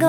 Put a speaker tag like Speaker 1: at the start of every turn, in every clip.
Speaker 1: 有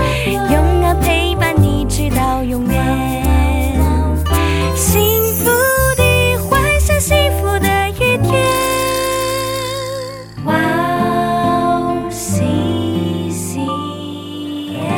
Speaker 1: 永远陪伴你直到永远。幸福的幻想，幸福的一天。哇哦，西西耶！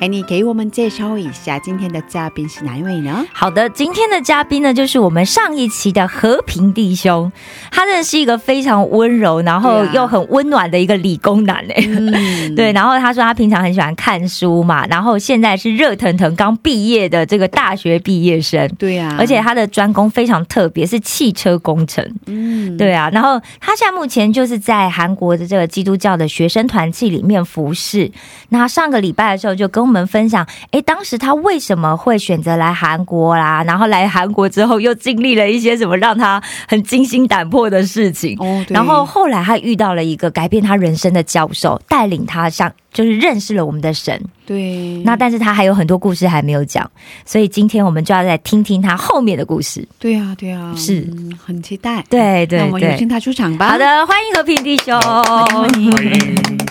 Speaker 2: 哎，你给我们介绍一下今天的嘉宾是哪一位呢？
Speaker 3: 好的，今天的嘉宾呢，就是我们上一期的和平弟兄，他真的是一个非常温柔，然后
Speaker 2: 对啊
Speaker 3: 又很温暖的一个理工男哎、
Speaker 2: 嗯，
Speaker 3: 对，然后他说他平常很喜欢看书嘛，然后现在是热腾腾刚毕业的这个大学毕业生，
Speaker 2: 对啊呀、
Speaker 3: 而且他的专攻非常特别，是汽车工程。
Speaker 2: 嗯，
Speaker 3: 对啊，然后他现在目前就是在韩国的这个基督教的学生团契里面服侍。那上个礼拜的时候就跟我们分享，诶，当时他为什么会选择来韩国啦？然后来韩国之后又经历了一些什么让他很惊心胆魄的事情。
Speaker 2: 哦，对
Speaker 3: 然后后来他遇到了一个改变他人生的教授，带领他上就是认识了我们的神。
Speaker 2: 对，
Speaker 3: 那但是他还有很多故事还没有讲，所以今天我们就要来听听他后面的故事。
Speaker 2: 对呀、对呀、
Speaker 3: 是
Speaker 2: 嗯很期待。
Speaker 3: 对对
Speaker 2: 那我们有
Speaker 3: 对
Speaker 2: 请。他出场吧。
Speaker 3: 好，的，欢迎和平弟兄。
Speaker 4: 欢迎，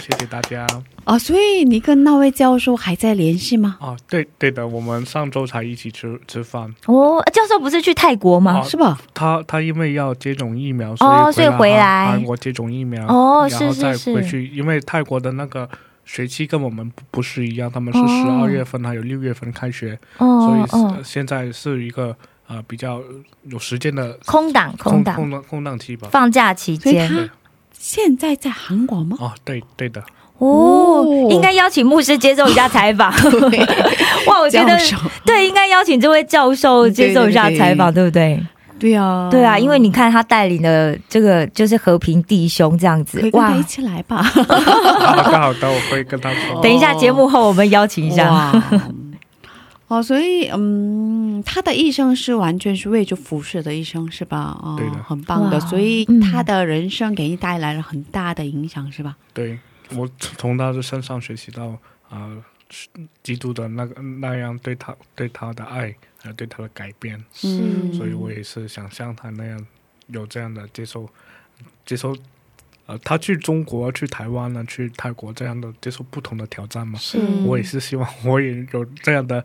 Speaker 4: 谢谢大家。
Speaker 2: 哦，所以你跟那位教授还在联系吗？
Speaker 4: 哦，对对的，我们上周才一起吃吃饭。
Speaker 3: 哦，教授不是去泰国吗
Speaker 4: 哦？
Speaker 2: 是吧？
Speaker 4: 他他因为要接种疫苗，
Speaker 3: 哦
Speaker 4: 所以
Speaker 3: 所以回来
Speaker 4: 韩韩国接种疫苗，
Speaker 3: 哦
Speaker 4: 然后
Speaker 3: 是是
Speaker 4: 再
Speaker 3: 是
Speaker 4: 回去，因为泰国的那个学期跟我们不不是一样，他们是
Speaker 3: 哦
Speaker 4: 十二月份还有六月份开学，所
Speaker 3: 哦
Speaker 4: 以是、呃
Speaker 3: 哦，
Speaker 4: 现在是一个呃比较有时间的
Speaker 3: 空档空
Speaker 4: 空
Speaker 3: 档，
Speaker 4: 空档空档期吧。
Speaker 3: 放假期
Speaker 2: 所以
Speaker 3: 间
Speaker 2: 他现在在韩国吗？
Speaker 4: 哦，对对的，
Speaker 3: 哦
Speaker 2: 哦，
Speaker 3: 应该邀请牧师接受一下采 访。哇， 我觉
Speaker 2: 教
Speaker 3: 得
Speaker 2: 授，
Speaker 3: 对，应该邀请这位教授接受一下采访，对不对？
Speaker 2: 对哦呀，
Speaker 3: 对啊，因为你看他带领的这个就是和平弟兄这样
Speaker 2: 可
Speaker 3: 子
Speaker 2: 以，跟
Speaker 3: 哇
Speaker 2: 他一。起来吧。
Speaker 4: 啊刚好等我会跟他说。
Speaker 3: 等一下节目后我们邀请一下。
Speaker 2: 哇。哦，所以嗯，他的一生是完全是为着服侍的一生，是吧？哦
Speaker 4: 对的，
Speaker 2: 很棒的。
Speaker 3: 哇
Speaker 2: 所以
Speaker 3: 嗯
Speaker 2: 他的人生给你带来了很大的影响，是吧？
Speaker 4: 对我从从他的身上学习到啊、呃是基督的那个那样对他对他的爱，还有对他的改变，
Speaker 2: 嗯
Speaker 4: 所以我也是想像他那样有这样的接受接受。呃，他去中国、去台湾呢、去泰国这样的接受不同的挑战嘛，
Speaker 3: 是
Speaker 2: 嗯
Speaker 4: 我也是希望我也有这样的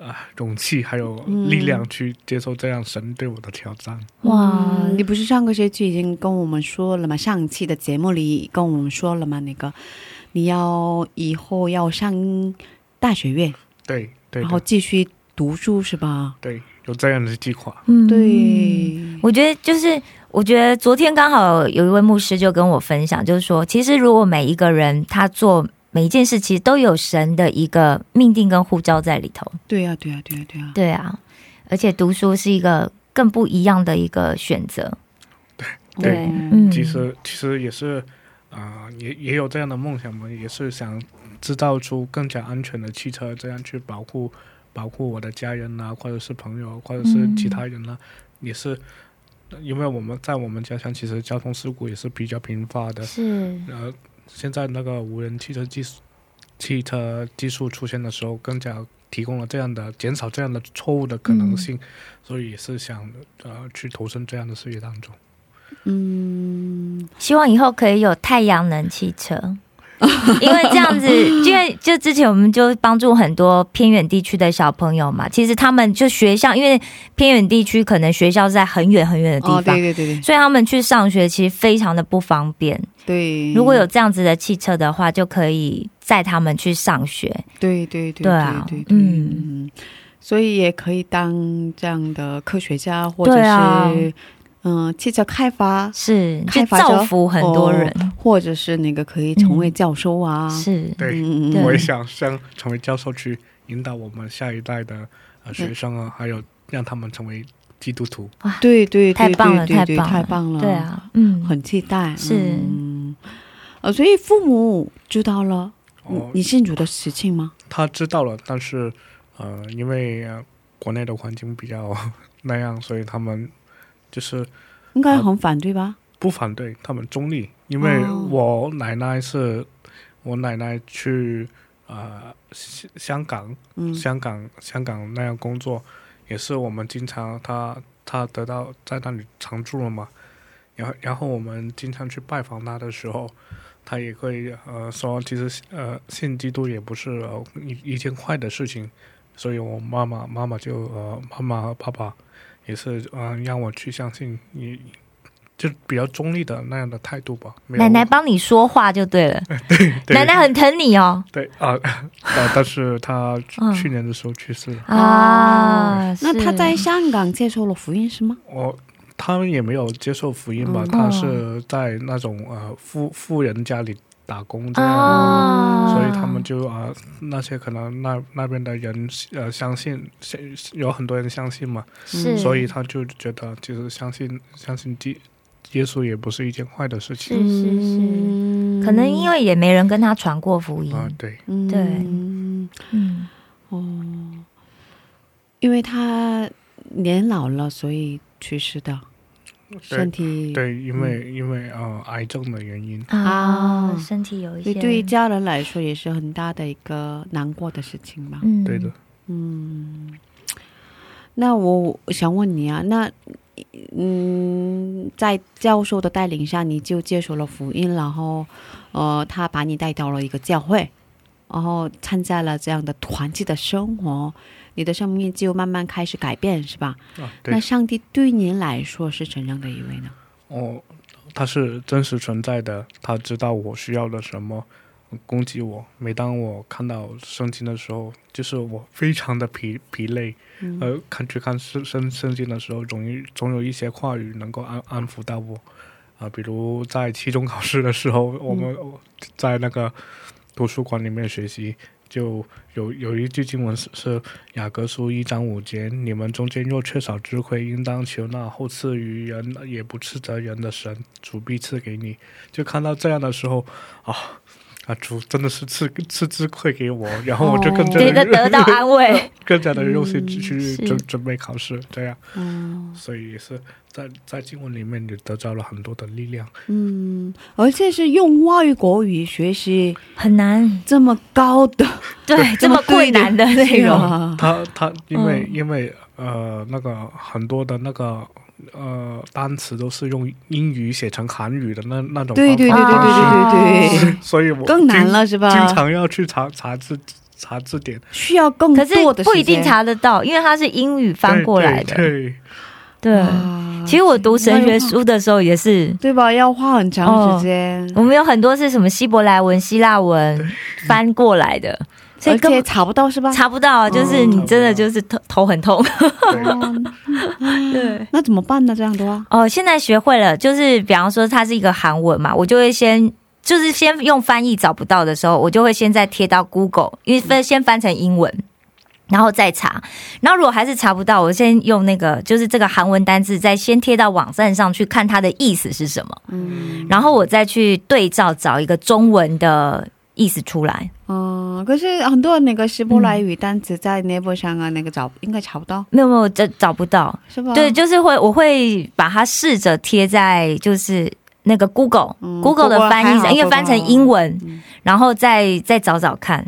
Speaker 4: 啊、勇气，还有力量去接受这样神对我的挑战。
Speaker 3: 哇，
Speaker 2: 嗯你不是上个学期已经跟我们说了吗？上期的节目里跟我们说了吗？那个你要以后要上大学院，
Speaker 4: 对对
Speaker 2: 然后
Speaker 4: 的
Speaker 2: 继续读书，是吧？
Speaker 4: 对，有这样的计划。
Speaker 3: 嗯，
Speaker 2: 对，
Speaker 3: 我觉得就是，我觉得昨天刚好有一位牧师就跟我分享，就是说，其实如果每一个人他做每一件事，其实都有神的一个命定跟呼召在里头。
Speaker 2: 对呀、对呀、对呀、对呀、
Speaker 3: 对啊，而且读书是一个更不一样的一个选择。
Speaker 4: 对
Speaker 2: 嗯
Speaker 3: 嗯，
Speaker 4: 其实其实也是，啊、也也有这样的梦想嘛，也是想制造出更加安全的汽车，这样去保护保护我的家人呐、或者是朋友，或者是其他人呐、也是，因为我们在我们家乡其实交通事故也是比较频发的，
Speaker 3: 是
Speaker 4: 呃，现在那个无人汽车技术汽车技术出现的时候，更加提供了这样的减少这样的错误的可能性，所以也是想呃去投身这样的事业当中。
Speaker 2: 嗯，
Speaker 3: 希望以后可以有太阳能汽车， 因为这样子，因为就之前我们就帮助很多偏远地区的小朋友嘛，其实他们就学校，因为偏远地区可能学校是在很远很远的地
Speaker 2: 哦，
Speaker 3: 方。
Speaker 2: 对对对
Speaker 3: 所以他们去上学其实非常的不方便。
Speaker 2: 对对，
Speaker 3: 如果有这样子的汽车的话，就可以载他们去上学。
Speaker 2: 对对对
Speaker 3: 对啊
Speaker 2: 对对，
Speaker 3: 嗯
Speaker 2: 嗯，所以也可以当这样的科学家，或者是、
Speaker 3: 对啊
Speaker 2: 嗯汽车开发，
Speaker 3: 是，
Speaker 2: 开
Speaker 3: 就
Speaker 2: 发者
Speaker 3: 造福很多人。
Speaker 2: 或者是那个可以成为教授啊，
Speaker 3: 嗯是，
Speaker 4: 对，
Speaker 2: 嗯嗯
Speaker 3: 对
Speaker 4: 我
Speaker 2: 嗯，
Speaker 4: 也想像成为教授去引导我们下一代的
Speaker 2: 嗯
Speaker 4: 呃学生啊，还有让他们成为基督徒。
Speaker 2: 对对对，
Speaker 3: 太棒了
Speaker 2: 对对
Speaker 3: 太
Speaker 2: 对
Speaker 3: 棒了
Speaker 2: 太棒了，
Speaker 3: 对，啊，嗯，
Speaker 2: 很期待，
Speaker 3: 是
Speaker 2: 嗯呃，所以父母知道了嗯
Speaker 4: 哦，
Speaker 2: 你信主的事情吗？
Speaker 4: 他知道了，但是呃，因为、呃国内的环境比较那样，所以他们就是
Speaker 2: 应该很反对吧？
Speaker 4: 不反对，他们中立。因为
Speaker 2: 哦
Speaker 4: 我奶奶是，我奶奶去呃香香港，
Speaker 2: 嗯，
Speaker 4: 香港香港那样工作，也是我们经常她她得到在那里常住了嘛，然后然后我们经常去拜访她的时候，她也会呃说，其实呃信基督也不是、呃、一一件坏的事情，所以我妈妈妈妈就呃妈妈和爸爸也是嗯、呃让我去相信你。就比较中立的那样的态度吧，没有
Speaker 3: 奶奶帮你说话就对了，
Speaker 4: 哎对
Speaker 3: 奶奶很疼你哦。
Speaker 4: 对啊 啊，但是她去
Speaker 3: 嗯
Speaker 4: 去年的时候去世了。
Speaker 3: 啊，
Speaker 2: 哦那
Speaker 3: 是
Speaker 2: 他在香港接受了福音是吗？
Speaker 4: 我他们也没有接受福音吧，
Speaker 2: 嗯
Speaker 4: 他是在那种呃富富人家里打工这样，
Speaker 3: 啊，
Speaker 4: 所以他们就啊、呃那些可能那那边的人呃相信，相有很多人相信嘛，
Speaker 3: 是，
Speaker 2: 嗯
Speaker 4: 所以他就觉得其实相信相信基耶稣也不是一件坏的事情
Speaker 3: 是是是，
Speaker 2: 嗯
Speaker 3: 可能因为也没人跟他传过福音
Speaker 4: 啊、，对，
Speaker 2: 嗯
Speaker 3: 对
Speaker 2: 嗯
Speaker 3: 嗯，
Speaker 2: 哦，因为他年老了，所以去世的，身体
Speaker 4: 对，因为因为呃癌症的原因，
Speaker 3: 啊
Speaker 2: 啊，
Speaker 3: 身体有一
Speaker 2: 所以
Speaker 3: 些，
Speaker 2: 对于家人来说也是很大的一个难过的事情吧。
Speaker 3: 嗯，
Speaker 4: 对的，
Speaker 2: 嗯，那我想问你啊，那嗯，在教授的带领下，你就接受了福音，然后呃，他把你带到了一个教会，然后参加了这样的团契的生活，你的生命就慢慢开始改变，是吧？
Speaker 4: 啊对
Speaker 2: 那。上帝对您来说是怎样的一位呢？
Speaker 4: 哦，他是真实存在的，他知道我需要的什么，供给我。每当我看到圣经的时候，就是我非常的疲疲累，
Speaker 2: 嗯
Speaker 4: 呃，看去看圣圣圣经的时候，总有总有一些话语能够安安抚到我。啊、比如在期中考试的时候，我们在那个图书馆里面学习，就有有一句经文是是雅各书一章五节：“你们中间若缺少智慧，应当求那后赐于人也不斥责人的神，主必赐给你。”就看到这样的时候，啊啊，主真的是赐赐智慧给我，然后我就更加
Speaker 3: 这
Speaker 4: 的、
Speaker 3: 个得到安慰，
Speaker 4: 更加的用心去
Speaker 3: 是
Speaker 4: 准准备考试，这样，
Speaker 2: 嗯
Speaker 4: 所以也是在在经文里面你得到了很多的力量。
Speaker 2: 嗯，而且是用外国语学习
Speaker 3: 很难，
Speaker 2: 这么高的
Speaker 3: 对，这么困难的内容，
Speaker 2: 啊，
Speaker 4: 他他因为、
Speaker 3: 嗯
Speaker 4: 因为呃那个很多的那个呃单词都是用英语写成韩语的那那种
Speaker 2: 对对对对对对对对。
Speaker 4: 所以我
Speaker 2: 更难了是吧
Speaker 4: 经经常要去查查字查字典，
Speaker 2: 需要更
Speaker 3: 可是
Speaker 2: 多的时间
Speaker 3: 不一定查得到，因为它是英语翻过来的。
Speaker 4: 对
Speaker 3: 嗯
Speaker 4: 对对
Speaker 3: 对，
Speaker 2: 啊
Speaker 3: 其实我读神学书的时候也是，
Speaker 2: 对吧？要花很长时间，
Speaker 3: 我们有很多是什么希伯来文、希腊文翻过来的，所以
Speaker 2: 而
Speaker 3: 根
Speaker 2: 且
Speaker 3: 本
Speaker 2: 查不到是吧？
Speaker 3: 查不到，就是你真的就是头头很痛。
Speaker 4: 对
Speaker 3: 对。
Speaker 2: 嗯那怎么办呢？这样的啊话，
Speaker 3: 哦，现在学会了，就是比方说它是一个韩文嘛，我就会先。就是先用翻译找不到的时候，我就会先再贴到 Google，因为分先翻成英文，然后再查。然后如果还是查不到，我先用那个就是这个韩文单字，再先贴到网站上去看它的意思是什么，
Speaker 2: 嗯
Speaker 3: 然后我再去对照找一个中文的意思出来。
Speaker 2: 嗯，可是很多那个希伯来语单词在 n e v e r 上啊，那个找应该查不到
Speaker 3: 没有没有，这找不到。
Speaker 2: 是吧？
Speaker 3: 对，就是会，我会把它试着贴在就是那个 Google、
Speaker 2: 嗯
Speaker 3: Google 的
Speaker 2: Google
Speaker 3: 翻译
Speaker 2: 还好
Speaker 3: 上，因为翻成
Speaker 2: Google
Speaker 3: 英文，
Speaker 2: 嗯
Speaker 3: 然后再再找找看。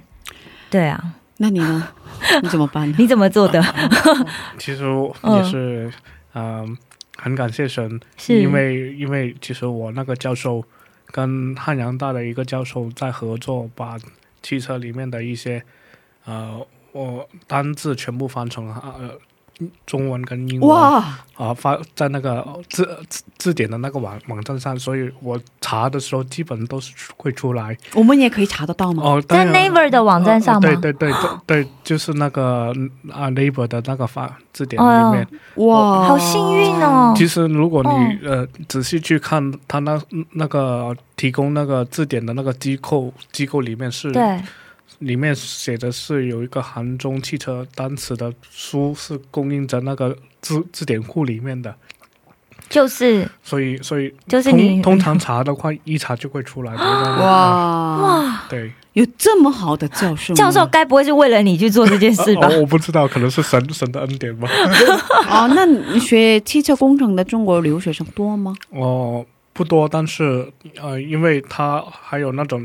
Speaker 3: 对啊，
Speaker 2: 那你呢？ 你怎么办呢？
Speaker 3: 你怎么做的？
Speaker 4: 其实我
Speaker 3: 嗯
Speaker 4: 也是，嗯、很感谢神，
Speaker 3: 是
Speaker 4: 因为因为其实我那个教授跟汉阳大的一个教授在合作，把汽车里面的一些呃我单字全部翻成呃中文跟英文啊、
Speaker 2: 哇，
Speaker 4: 发在那个呃字字字典的那个网网站上，所以我查的时候基本都是会出来
Speaker 2: 我们也可以查得到吗？
Speaker 4: 哦。当
Speaker 3: 嗯在
Speaker 4: 然哦
Speaker 3: Naver 的网站上吗？
Speaker 4: 对对对对对，就是那个啊 Labor 的那个法字典
Speaker 3: 哦
Speaker 4: 里面。
Speaker 2: 哇，
Speaker 3: 好幸运！哦！
Speaker 4: 其实如果你、呃仔细去看他那那个提供那个字典的那个机构机构里面是
Speaker 3: 对，
Speaker 4: 里面写的是有一个韩中汽车单词的书是供应着那个字字典库里面的，
Speaker 3: 就是
Speaker 4: 所以所以
Speaker 3: 就是你
Speaker 4: 通通常查的话一查就会出来的。哇，
Speaker 2: 哇哇，
Speaker 3: 啊哇，
Speaker 4: 对，
Speaker 2: 有这么好的教授吗？
Speaker 3: 教授该不会是为了你去做这件事吧
Speaker 4: 哦？我不知道，可能是神神的恩典吧。
Speaker 2: 啊，那你学汽车工程的中国留学生多吗？
Speaker 4: 哦，不多，但是呃，因为它还有那种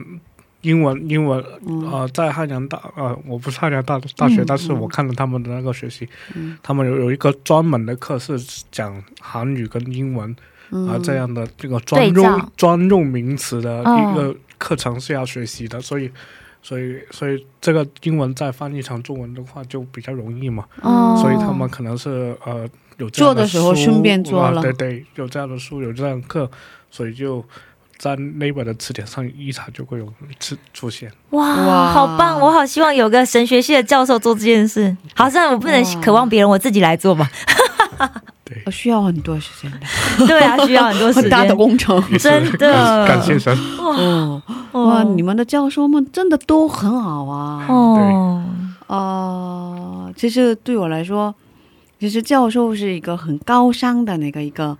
Speaker 4: 英文英文
Speaker 2: 嗯
Speaker 4: 呃，在汉阳大呃，我不是汉阳大大学，
Speaker 2: 嗯
Speaker 4: 但是我看了他们的那个学习，
Speaker 2: 嗯
Speaker 4: 他们有有一个专门的课是讲韩语跟英文啊、
Speaker 2: 嗯，
Speaker 4: 这样的这个专
Speaker 3: 对
Speaker 4: 用
Speaker 3: 照
Speaker 4: 专用名词的
Speaker 3: 嗯
Speaker 4: 一个课程是要学习的，所以。所以，所以这个英文再翻译成中文的话就比较容易嘛，
Speaker 3: 哦
Speaker 4: 所以他们可能是呃有这
Speaker 2: 做
Speaker 4: 样
Speaker 2: 的时候
Speaker 4: 书
Speaker 2: 顺便做
Speaker 4: 啊
Speaker 2: 了
Speaker 4: 对对，有这样的书，有这样的课，所以就在那本的词典上一查就会有出出现。
Speaker 3: 哇，
Speaker 2: 哇
Speaker 3: 好棒！我好希望有个神学系的教授做这件事。好，虽然我不能
Speaker 2: 哇
Speaker 3: 渴望别人，我自己来做吧。
Speaker 4: 对，
Speaker 2: 呃需要很多时间的，
Speaker 3: 对啊，需要很多时
Speaker 2: 很
Speaker 3: 间。
Speaker 2: 大的工程。
Speaker 4: 也是
Speaker 3: 真的
Speaker 4: 感感谢神。
Speaker 2: 哦，
Speaker 3: 哦
Speaker 2: 哇，你们的教授们真的都很好啊。
Speaker 3: 哦，
Speaker 2: 哦，其实对我来说，其实教授是一个很高尚的那个一个，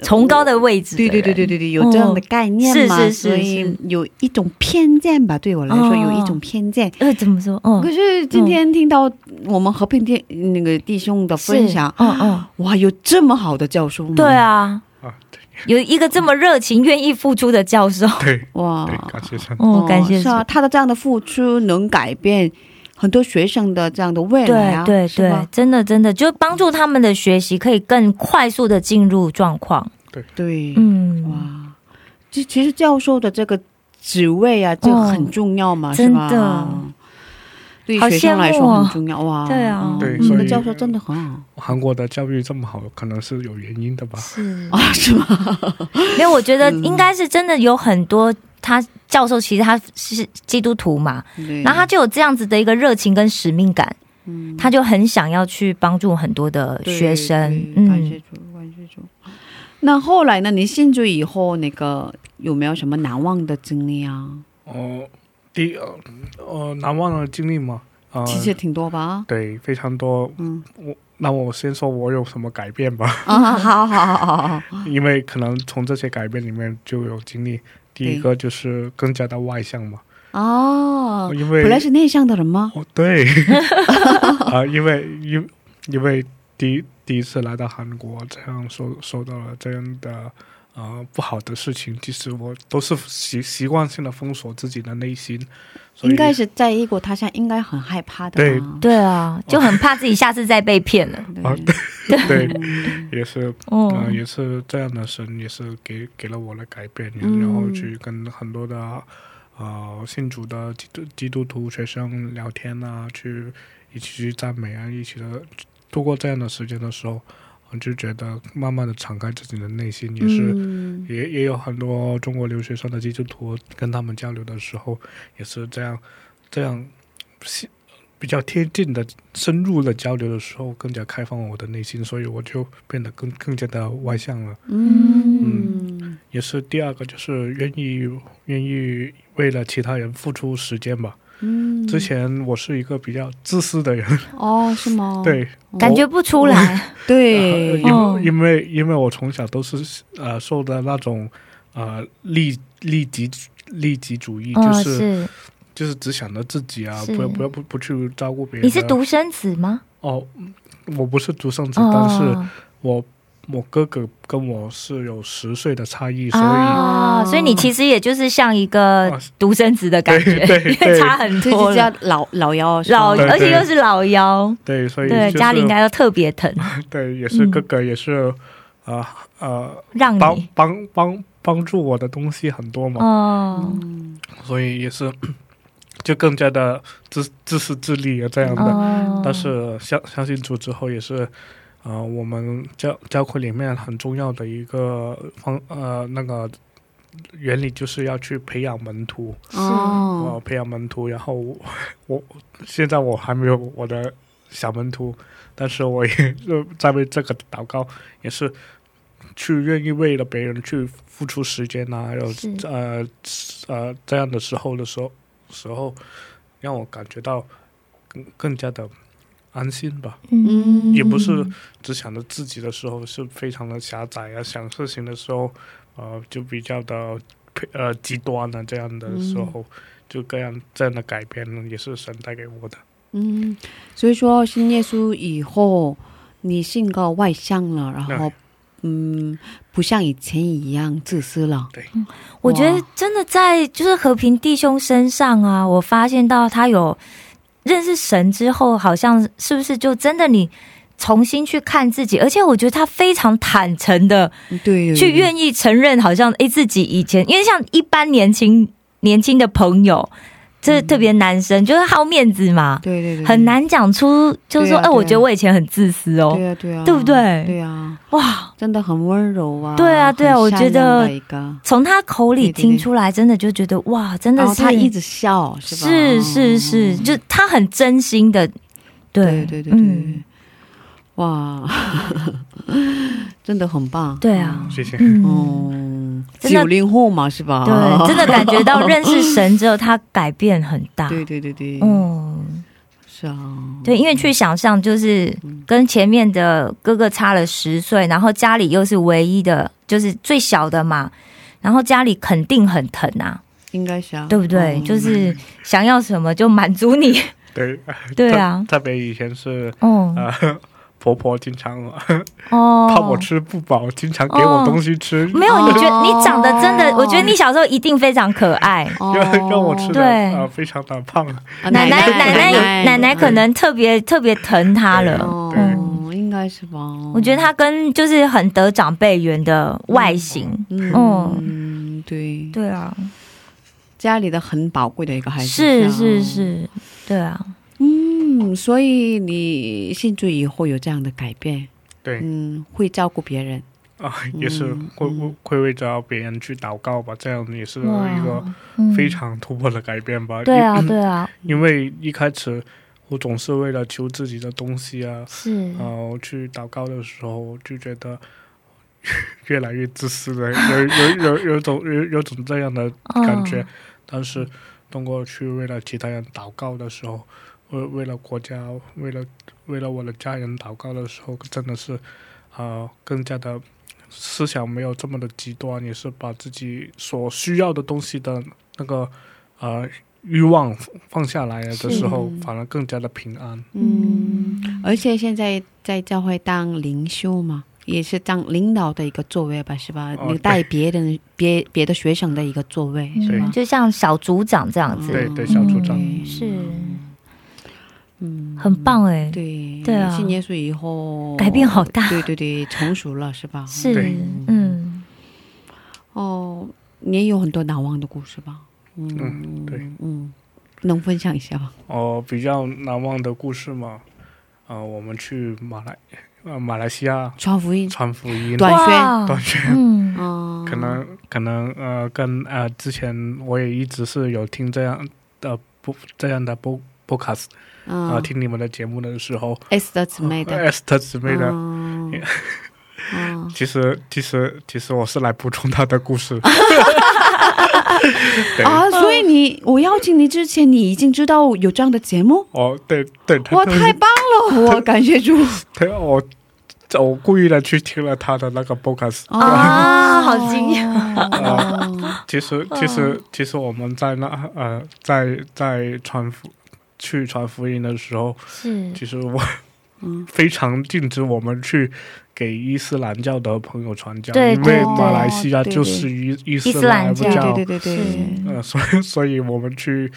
Speaker 3: 崇高的位置的
Speaker 2: 对
Speaker 3: 人，
Speaker 2: 对对对对对，有这样的概念嘛，
Speaker 3: 是是是
Speaker 2: 所以
Speaker 3: 是
Speaker 2: 有一种偏见吧，对我来说
Speaker 3: 哦
Speaker 2: 有一种偏见。
Speaker 3: 呃，怎么说？嗯
Speaker 2: 可，是今天听到我们和平弟那个弟兄的分享，
Speaker 3: 是嗯嗯，
Speaker 2: 哇，有这么好的教授吗？
Speaker 3: 对，啊，
Speaker 4: 啊，对
Speaker 3: 有一个这么热情、愿意付出的教授，
Speaker 4: 对
Speaker 2: 哇，
Speaker 4: 对，感谢神。
Speaker 3: 哦，感谢
Speaker 2: 是啊，他的这样的付出能改变很多学生的这样的未来啊，
Speaker 3: 对
Speaker 2: 是
Speaker 3: 对
Speaker 2: 吧
Speaker 3: 对，真的真的，就帮助他们的学习可以更快速的进入状况。
Speaker 2: 对，
Speaker 3: 嗯，
Speaker 2: 哇，这其实教授的这个职位啊，就很重要嘛，是吧？
Speaker 3: 哦真的
Speaker 2: 啊对
Speaker 3: 好
Speaker 2: 学生来
Speaker 3: 羡慕
Speaker 2: 说
Speaker 3: 哦
Speaker 2: 很重要哇！
Speaker 3: 对啊
Speaker 2: 嗯
Speaker 4: 对
Speaker 2: 你
Speaker 4: 所
Speaker 2: 们
Speaker 4: 以
Speaker 2: 教授真的很好
Speaker 4: 韩国的教育这么好，可能是有原因的吧。
Speaker 3: 嗯 是，
Speaker 2: 啊，是吗？
Speaker 3: 没有，我觉得
Speaker 2: 嗯
Speaker 3: 应该是真的有很多他教授，其实他是基督徒嘛，
Speaker 2: 对
Speaker 3: 然后他就有这样子的一个热情跟使命感，他就很想要去帮助很多的
Speaker 2: 嗯对
Speaker 3: 学生
Speaker 2: 对，感谢
Speaker 3: 嗯。
Speaker 2: 主，感谢主。那后来呢？你信主以后，那个有没有什么难忘的经历啊？
Speaker 4: 哦，第一呃呃难忘的经历嘛，啊，
Speaker 2: 其实挺多吧。
Speaker 4: 对，非常多。
Speaker 2: 嗯
Speaker 4: 我那我先说我有什么改变吧。
Speaker 2: 啊，好好好好好，
Speaker 4: 因为可能从这些改变里面就有经历。第一个就是更加的外向嘛，
Speaker 2: 哦，
Speaker 4: 因为
Speaker 2: 本来是内向的人吗？
Speaker 4: 哦 对啊、因为因因为第一第一次来到韩国，这样受受到了这样的呃不好的事情，其实我都是习习惯性的封锁自己的内心，所以
Speaker 2: 应该是在异国他乡，应该很害怕的吧。
Speaker 3: 对啊，就很怕自己下次再被骗了。
Speaker 4: 啊
Speaker 2: 对嗯
Speaker 4: 对，也是
Speaker 3: 哦，
Speaker 4: 啊、也是这样的神，也是给给了我的改变，
Speaker 2: 嗯
Speaker 4: 然后去跟很多的呃信主的基督基督徒学生聊天啊，去一起去赞美啊，一起的度过这样的时间的时候，我就觉得慢慢的敞开自己的内心，也是、
Speaker 2: 嗯
Speaker 4: 也也有很多中国留学生的基督徒跟他们交流的时候，也是这样这样是比较贴近的、深入的交流的时候，更加开放我的内心，所以我就变得更更加的外向了。
Speaker 2: 嗯
Speaker 4: 也是第二个，就是愿意愿意为了其他人付出时间吧。
Speaker 2: 嗯，
Speaker 4: 之前我是一个比较自私的人，
Speaker 2: 哦是吗？
Speaker 4: 对，哦
Speaker 3: 感觉不出来。
Speaker 4: 呃
Speaker 2: 对
Speaker 4: 因，为、
Speaker 3: 哦
Speaker 4: 因为因为我从小都是呃受的那种呃利利己利己主义，
Speaker 2: 哦
Speaker 3: 嗯，
Speaker 4: 就哦是。
Speaker 3: 是。
Speaker 4: 就是只想着自己啊，
Speaker 3: 是
Speaker 4: 不要不要不不去照顾别人。啊
Speaker 3: 你是独生子吗？
Speaker 4: 哦，嗯我不是独生子，但是
Speaker 3: 哦，
Speaker 4: 我我哥哥跟我是有十岁的差异，所以、
Speaker 3: 啊，所以你其实也就是像一个
Speaker 4: 哇
Speaker 3: 独生子的感觉，
Speaker 4: 对对
Speaker 3: 因为
Speaker 4: 对
Speaker 3: 差很
Speaker 2: 这
Speaker 3: 多
Speaker 2: 就
Speaker 3: 了
Speaker 2: 叫老老妖是吧
Speaker 3: 老，
Speaker 4: 对
Speaker 3: 而且
Speaker 4: 对
Speaker 3: 又是老幺，
Speaker 4: 对，所以、就
Speaker 3: 对，
Speaker 4: 是、
Speaker 3: 家里应该要特别疼，
Speaker 4: 对，也是
Speaker 3: 嗯
Speaker 4: 哥哥，也是呃呃
Speaker 3: 让
Speaker 4: 帮
Speaker 3: 你
Speaker 4: 帮帮帮助我的东西很多嘛，
Speaker 2: 嗯
Speaker 3: 哦
Speaker 4: 所以也是 就更加的自自私自利啊这样的。
Speaker 3: 哦，
Speaker 4: 但是相相信主之后也是，呃，我们教教会里面很重要的一个方呃那个原理就是要去培养门徒，
Speaker 2: 哦
Speaker 4: 呃，培养门徒。然后我 我现在我还没有我的小门徒，但是我也是在为这个祷告，也是去愿意为了别人去付出时间呐、还有
Speaker 3: 是
Speaker 4: 呃呃这样的时候的时候时候，让我感觉到更更加的安心吧。
Speaker 2: 嗯
Speaker 4: 也不是只想着自己的时候是非常的狭窄啊，想事情的时候，呃，就比较的呃极端的、这样的时
Speaker 3: 嗯
Speaker 4: 候，就这样这样的改变呢，也是神带给我的。
Speaker 2: 嗯，所以说信耶稣以后，你性格外向了，然后嗯，不像以前一样自私了。
Speaker 3: 我觉得
Speaker 2: 哇
Speaker 3: 真的在就是和平弟兄身上啊，我发现到他有认识神之后，好像是不是就真的你重新去看自己，而且我觉得他非常坦诚的
Speaker 2: 对，
Speaker 3: 去愿意承认，好像诶自己以前，因为像一般年轻年轻的朋友，这
Speaker 2: 嗯
Speaker 3: 特别男生就是好面子嘛，
Speaker 2: 对对对，
Speaker 3: 很。难讲出就是说，
Speaker 2: 嗯对啊
Speaker 3: 哎、
Speaker 2: 对
Speaker 3: 我
Speaker 2: 啊
Speaker 3: 觉得我以前很自私哦，
Speaker 2: 对啊对啊，
Speaker 3: 对不对
Speaker 2: 对啊，
Speaker 3: 哇。
Speaker 2: 真的很温柔啊。
Speaker 3: 对啊对啊
Speaker 2: 很
Speaker 3: 我觉
Speaker 2: 善良
Speaker 3: 得
Speaker 2: 的一个，
Speaker 3: 从他口里
Speaker 2: 对对对
Speaker 3: 听出来，真的就觉得哇，真的
Speaker 2: 然后
Speaker 3: 是
Speaker 2: 他一直笑，是吧？嗯
Speaker 3: 是是是，就他很真心的，对
Speaker 2: 对对对对，
Speaker 3: 嗯
Speaker 2: 哇， 真的很棒。
Speaker 3: 对啊，
Speaker 4: 谢谢。
Speaker 3: 嗯，
Speaker 2: 嗯，
Speaker 3: 真的
Speaker 2: 九零后嘛，是吧？
Speaker 3: 对，真的感觉到认识神之后，他改变很大，
Speaker 2: 对对对对，
Speaker 3: 嗯，
Speaker 2: 是啊，
Speaker 3: 对，因为去想象就是
Speaker 2: 嗯
Speaker 3: 跟前面的哥哥差了十岁，然后家里又是唯一的，就是最小的嘛，然后家里肯定很疼啊，
Speaker 2: 应该是啊，
Speaker 3: 对不对？
Speaker 2: 嗯
Speaker 3: 就是想要什么就满足你，
Speaker 4: 对
Speaker 3: 对啊，
Speaker 4: 特别以前是
Speaker 3: 哦
Speaker 4: 呃。婆婆经常
Speaker 2: 呃
Speaker 3: 哦，
Speaker 4: 怕我吃不饱，经常给我东西吃，
Speaker 3: 没有，你觉得
Speaker 2: 哦
Speaker 3: 你长得真的，我觉得你小时候一定非常可爱。
Speaker 2: 哦
Speaker 4: 让让我吃的
Speaker 3: 对
Speaker 4: 呃非常的胖。
Speaker 2: 啊
Speaker 3: 奶奶
Speaker 2: 奶
Speaker 3: 奶奶奶奶可能特别
Speaker 4: 嗯
Speaker 3: 特别疼他了，
Speaker 2: 哦，应该是吧？
Speaker 3: 我觉得他跟就是很得长辈缘的外
Speaker 4: 嗯
Speaker 3: 形，哦
Speaker 2: 嗯，对，
Speaker 3: 对啊，
Speaker 2: 家里的很宝贵的一个孩子，
Speaker 3: 是
Speaker 2: 啊
Speaker 3: 是，是，对啊，
Speaker 2: 嗯，所以你信主以后有这样的改变，
Speaker 4: 对
Speaker 2: 嗯，会照顾别人，
Speaker 4: 啊、也是
Speaker 2: 嗯
Speaker 4: 会
Speaker 2: 嗯
Speaker 4: 会为着别人去祷告吧，这样也是
Speaker 3: 哇
Speaker 4: 一个
Speaker 3: 嗯
Speaker 4: 非常突破的改变吧。
Speaker 3: 对啊
Speaker 4: 因
Speaker 3: 对啊，
Speaker 4: 因为一开始我总是为了求自己的东西啊，
Speaker 3: 是
Speaker 4: 然后去祷告的时候就觉得 越来越自私了，有有有有种有有种这样的
Speaker 3: 嗯
Speaker 4: 感
Speaker 2: 嗯
Speaker 4: 觉。但是通过去为了其他人祷告的时候，为为了国家，为了为了我的家人祷告的时候，真的是呃更加的思想没有这么的极端，也是把自己所需要的东西的那个呃欲望放下来了的时候，
Speaker 2: 是
Speaker 4: 反而更加的平安。
Speaker 2: 嗯，而且现在在教会当领袖嘛。也是当领导的一个座位吧，是吧？
Speaker 4: 哦
Speaker 2: 你带别人、别别的学生的一个座位，是吧
Speaker 3: 嗯，？就像小组长这样子，
Speaker 4: 对对，小组长。
Speaker 3: 嗯是
Speaker 2: 嗯，
Speaker 3: 很棒哎，
Speaker 2: 对
Speaker 3: 对啊
Speaker 2: 信耶稣以后
Speaker 3: 改变好大
Speaker 2: 对对对，成熟了是吧？
Speaker 3: 是
Speaker 4: 对
Speaker 3: 嗯
Speaker 2: 哦，你也有很多难忘的故事吧？嗯
Speaker 4: 嗯对，
Speaker 2: 嗯，能分享一下吗？
Speaker 4: 哦，比较难忘的故事嘛，啊、我们去马来，呃，马来西亚
Speaker 2: 传福音，
Speaker 4: 传福音，
Speaker 2: 短啊宣
Speaker 3: 哇
Speaker 4: 短宣
Speaker 3: 嗯
Speaker 2: 嗯，
Speaker 4: 可能可能呃，跟呃之前我也一直是有听这样的不这样的播 podcast 啊、
Speaker 2: 嗯
Speaker 4: 听你们的节目的时候
Speaker 2: S 的姊妹的，
Speaker 4: ，S 的姊妹的，
Speaker 2: 嗯， 嗯
Speaker 4: 其实其实其实我是来补充她的 故事，对，
Speaker 2: 啊，所以你我邀请你之前，你已经知道有这样的节目，
Speaker 4: 哦对对，她
Speaker 2: 哇，太棒了，我感谢 主
Speaker 4: 她我我故意的去听了她的那个 podcast，、
Speaker 2: 哦
Speaker 4: 呃
Speaker 3: 啊， 好惊讶，
Speaker 2: 讶，
Speaker 4: 其实，
Speaker 2: 嗯
Speaker 4: 其实，其实我们在那呃，在在传福去传福音的时候，
Speaker 3: 是
Speaker 4: 其实我非常禁止我们去给伊斯兰教的朋友传教，
Speaker 3: 对
Speaker 4: 因为
Speaker 3: 对
Speaker 4: 马来西亚
Speaker 2: 对对
Speaker 4: 就是伊伊
Speaker 3: 斯
Speaker 4: 斯兰
Speaker 3: 兰
Speaker 4: 教，
Speaker 3: 教
Speaker 2: 对对对对
Speaker 3: 是
Speaker 2: 对，
Speaker 4: 呃，所以所以我们去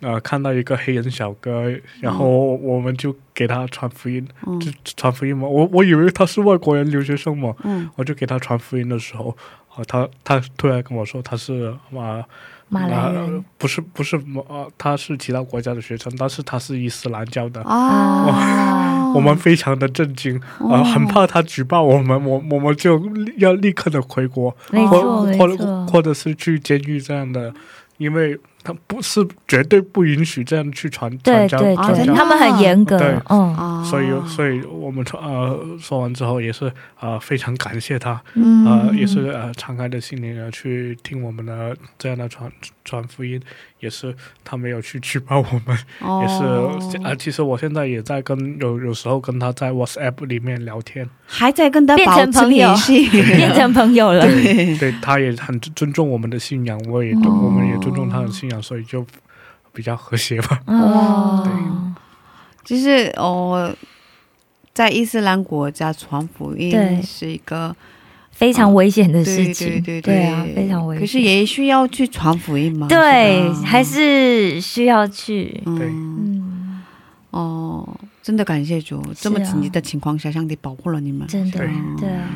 Speaker 4: 呃看到一个黑人小哥，然后我们就给他传福音，
Speaker 2: 嗯
Speaker 4: 就传福音嘛。我我以为他是外国人留学生嘛，
Speaker 2: 嗯
Speaker 4: 我就给他传福音的时候，啊，他他突然跟我说他是啊
Speaker 3: 马来
Speaker 4: 啊
Speaker 3: 人，
Speaker 4: 不是不是啊，他是其他国家的学生，但是他是伊斯兰教的。
Speaker 2: 啊，
Speaker 3: 哦
Speaker 4: 我们非常的震惊，啊、
Speaker 2: 哦
Speaker 4: 很怕他举报我们，我我们就立要立刻的回国，
Speaker 3: 没错
Speaker 4: 或
Speaker 3: 没
Speaker 4: 或者
Speaker 3: 错，
Speaker 4: 或者是去监狱这样的，因为他不是绝对不允许这样去传
Speaker 3: 对
Speaker 4: 传教
Speaker 3: 对
Speaker 2: 啊
Speaker 4: 传
Speaker 2: 真
Speaker 3: 对，
Speaker 2: 的
Speaker 4: 教。
Speaker 3: 他们很严格
Speaker 4: 对，
Speaker 3: 嗯
Speaker 2: 啊，
Speaker 4: 所以，所以我们说呃说完之后也是呃非常感谢他，
Speaker 3: 嗯
Speaker 4: 呃也是呃敞开的心灵呃去听我们的这样的传传福音，也是他没有去举报我们，也是啊、
Speaker 2: 哦
Speaker 4: 其实我现在也在跟有有时候跟他在 WhatsApp 里面聊 天，
Speaker 2: 还在跟他
Speaker 3: 变
Speaker 2: 保
Speaker 3: 成
Speaker 2: 持
Speaker 3: 朋友
Speaker 2: 联系，
Speaker 3: 变成朋友了。
Speaker 4: 对，对，他也很尊尊重我们的信仰，我
Speaker 2: 哦
Speaker 4: 也、我们也尊重他的信仰，所以就比较和谐吧。
Speaker 3: 哦，
Speaker 2: 就是哦，在伊斯兰国家传福
Speaker 3: 对
Speaker 2: 音是一个
Speaker 3: 非常危险
Speaker 2: 对
Speaker 3: 的事
Speaker 2: 对
Speaker 3: 情，
Speaker 2: 对
Speaker 3: 啊，非常危险。
Speaker 2: 可是也需要去传福音嘛？
Speaker 3: 对，
Speaker 2: 吧
Speaker 3: 还是需要去。
Speaker 2: 嗯
Speaker 4: 对
Speaker 3: 嗯，
Speaker 2: 哦，真的感谢主，这么紧急的情况下，上帝保护了你们。
Speaker 3: 啊
Speaker 2: 哦
Speaker 3: 真的
Speaker 4: 对，
Speaker 3: 对啊，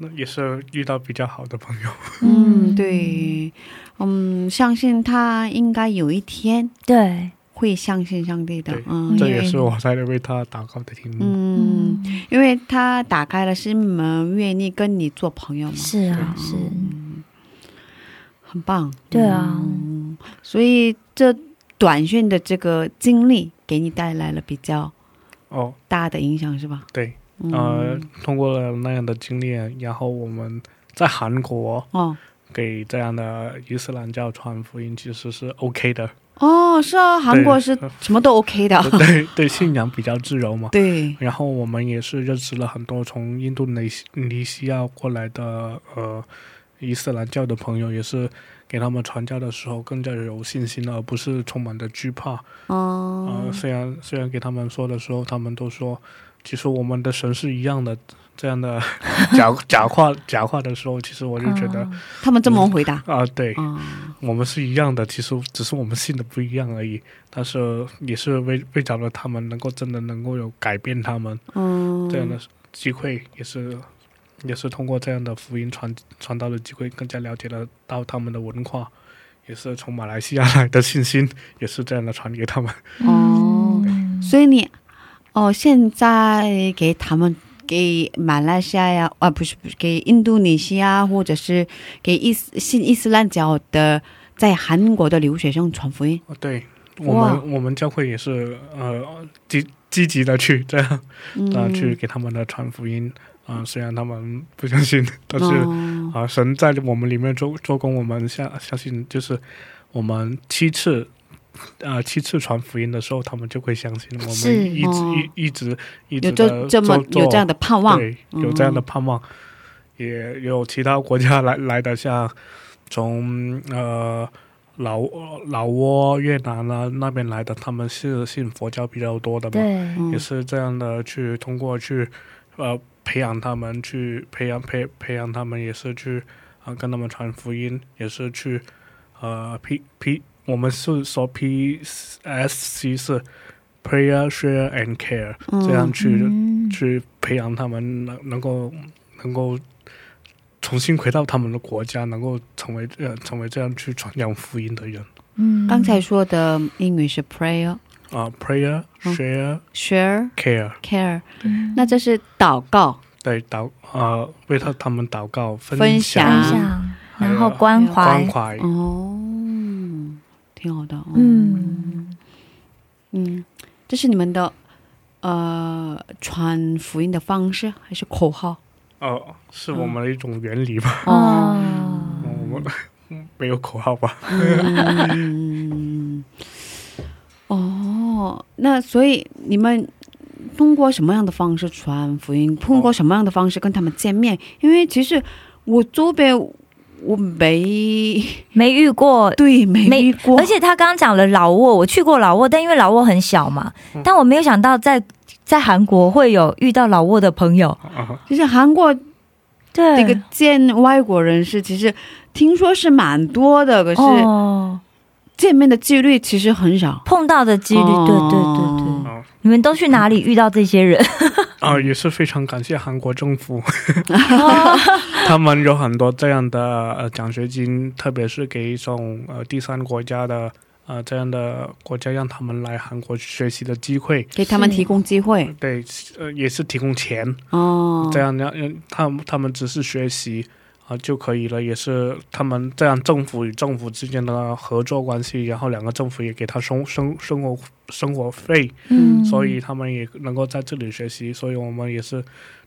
Speaker 4: 那也是遇到比较好的朋友，
Speaker 2: 嗯，对，嗯，相信他应该有一天
Speaker 3: 对，
Speaker 2: 会相信上帝的
Speaker 4: 对。
Speaker 2: 嗯，
Speaker 4: 这
Speaker 2: 因
Speaker 4: 也
Speaker 2: 为
Speaker 4: 是我在为他祷告的题目。
Speaker 2: 嗯，因为他打开了心门，愿意跟你做朋友嘛，
Speaker 3: 是啊，是，
Speaker 2: 很棒。
Speaker 3: 对啊，
Speaker 2: 所以这短讯的这个经历给你带来了比较
Speaker 4: 哦，
Speaker 2: 大的影响，是吧？
Speaker 4: 对，
Speaker 2: 嗯、
Speaker 4: 呃，通过了那样的经历，然后我们在韩国
Speaker 2: 哦
Speaker 4: 给这样的伊斯兰教传福音，其实是 OK 的，
Speaker 2: 哦，是啊，韩国是什么都 OK 的，
Speaker 4: 对对，信仰比较自由嘛。
Speaker 2: 对，
Speaker 4: 然后我们也是认识了很多从印度尼西尼西亚过来的呃伊斯兰教的朋友，也是给他们传教的时候更加有信心了，而不是充满着惧怕。
Speaker 2: 哦、
Speaker 4: 呃，虽然虽然给他们说的时候，他们都说其实我们的神是一样的这样的假假话假话的时候，其实我就觉得
Speaker 3: 嗯
Speaker 2: 他们这么回答，
Speaker 4: 啊、对
Speaker 2: 嗯、
Speaker 4: 我们是一样的，其实只是我们信的不一样而已。但是也是为为着了他们能够真的能够有改变他们。
Speaker 2: 嗯，
Speaker 4: 这样的机会，也是也是通过这样的福音传传道的机会，更加了解了到他们的文化，也是从马来西亚来的信心，也是这样的传给他们。
Speaker 3: 嗯
Speaker 2: 哦，所以你哦，现在给他们给马来西亚呀，啊，不是不是给印度尼西亚或者是给伊斯信伊斯兰教的在韩国的留学生传福音，
Speaker 4: 哦，对我
Speaker 2: 哇
Speaker 4: 们我们教会也是呃积积极的去这样啊、
Speaker 2: 嗯，
Speaker 4: 呃去给他们的传福音啊、呃虽然他们不相信，但是啊、
Speaker 2: 哦
Speaker 4: 神在我们里面做做工，我们相相信就是我们七次。啊，七次传福音的时候，他们就会相信我
Speaker 3: 是
Speaker 4: 们一直、
Speaker 2: 哦
Speaker 4: 一一直一
Speaker 2: 有
Speaker 4: 直
Speaker 2: 这
Speaker 4: 的
Speaker 2: 这么有这样的盼望，嗯
Speaker 4: 对，有这样的盼望，也有其他国家来来的，像从呃老老挝、越南啊那边来的，他们是信佛教比较多的嘛，
Speaker 3: 对，
Speaker 2: 嗯
Speaker 4: 也是这样的去通过去呃培养他们，去培养培培养他们，也是去啊、呃跟他们传福音，也是去呃 P P 我们是说 P S C 是 Prayer Share and Care
Speaker 2: 哦
Speaker 4: 这样去。
Speaker 3: 嗯
Speaker 4: 去培养他们能能够能够重新回到他们的国家，能够成为呃成为这样去传扬福音的人
Speaker 3: 嗯
Speaker 2: 刚才说的英语是 prayer、
Speaker 4: 啊、p r a y e r
Speaker 2: 嗯
Speaker 4: share
Speaker 2: share、
Speaker 4: care，
Speaker 2: care，那这是祷告，
Speaker 4: 对祷啊、为他他们祷告分
Speaker 2: 分
Speaker 4: 享
Speaker 2: 享
Speaker 3: 分
Speaker 2: 嗯
Speaker 3: 享，然后关怀
Speaker 4: 关，怀，
Speaker 2: 哦，挺好的，哦
Speaker 3: 嗯，
Speaker 2: 嗯，这是你们的呃传福音的方式还是口号？
Speaker 4: 哦、是我们的一种原理吧，
Speaker 3: 哦，
Speaker 4: 我们。嗯没有口号吧？
Speaker 2: 嗯，哦，那所以你们通过什么样的方式传福音？通过什么样的方式跟他们见面？因为其实我周边我没
Speaker 3: 没遇过
Speaker 2: 对没
Speaker 3: 没
Speaker 2: 遇过，嗯
Speaker 3: 而且他刚刚讲了老挝，我去过老挝，但因为老挝很小嘛，但我没有想到在在韩国会有遇到老挝的朋友，
Speaker 4: 啊，
Speaker 2: 就是韩国
Speaker 3: 对
Speaker 2: 这个见外国人士，其实听说是蛮多的，可是
Speaker 3: 哦，
Speaker 2: 见面的几率其实很少。
Speaker 3: 碰到的几率，对对对对。
Speaker 4: 哦
Speaker 3: 你们都去哪里遇到这些 人？
Speaker 4: 啊，也是非常感谢韩国政府， 他们有很多这样的呃奖学金，特别是给一种呃第三国家的呃这样的国家，让他们来韩国学习的机会。
Speaker 2: 给他们提供机会
Speaker 4: 对，呃，也是提供钱，
Speaker 2: 哦，
Speaker 4: 这样让让他们他们只是学习啊、就可以了，也是他们这样政府与政府之间的合作关系，然后两个政府也给他生生生活生活费，
Speaker 2: 嗯
Speaker 4: 所以他们也能够在这里学习，所以我们也是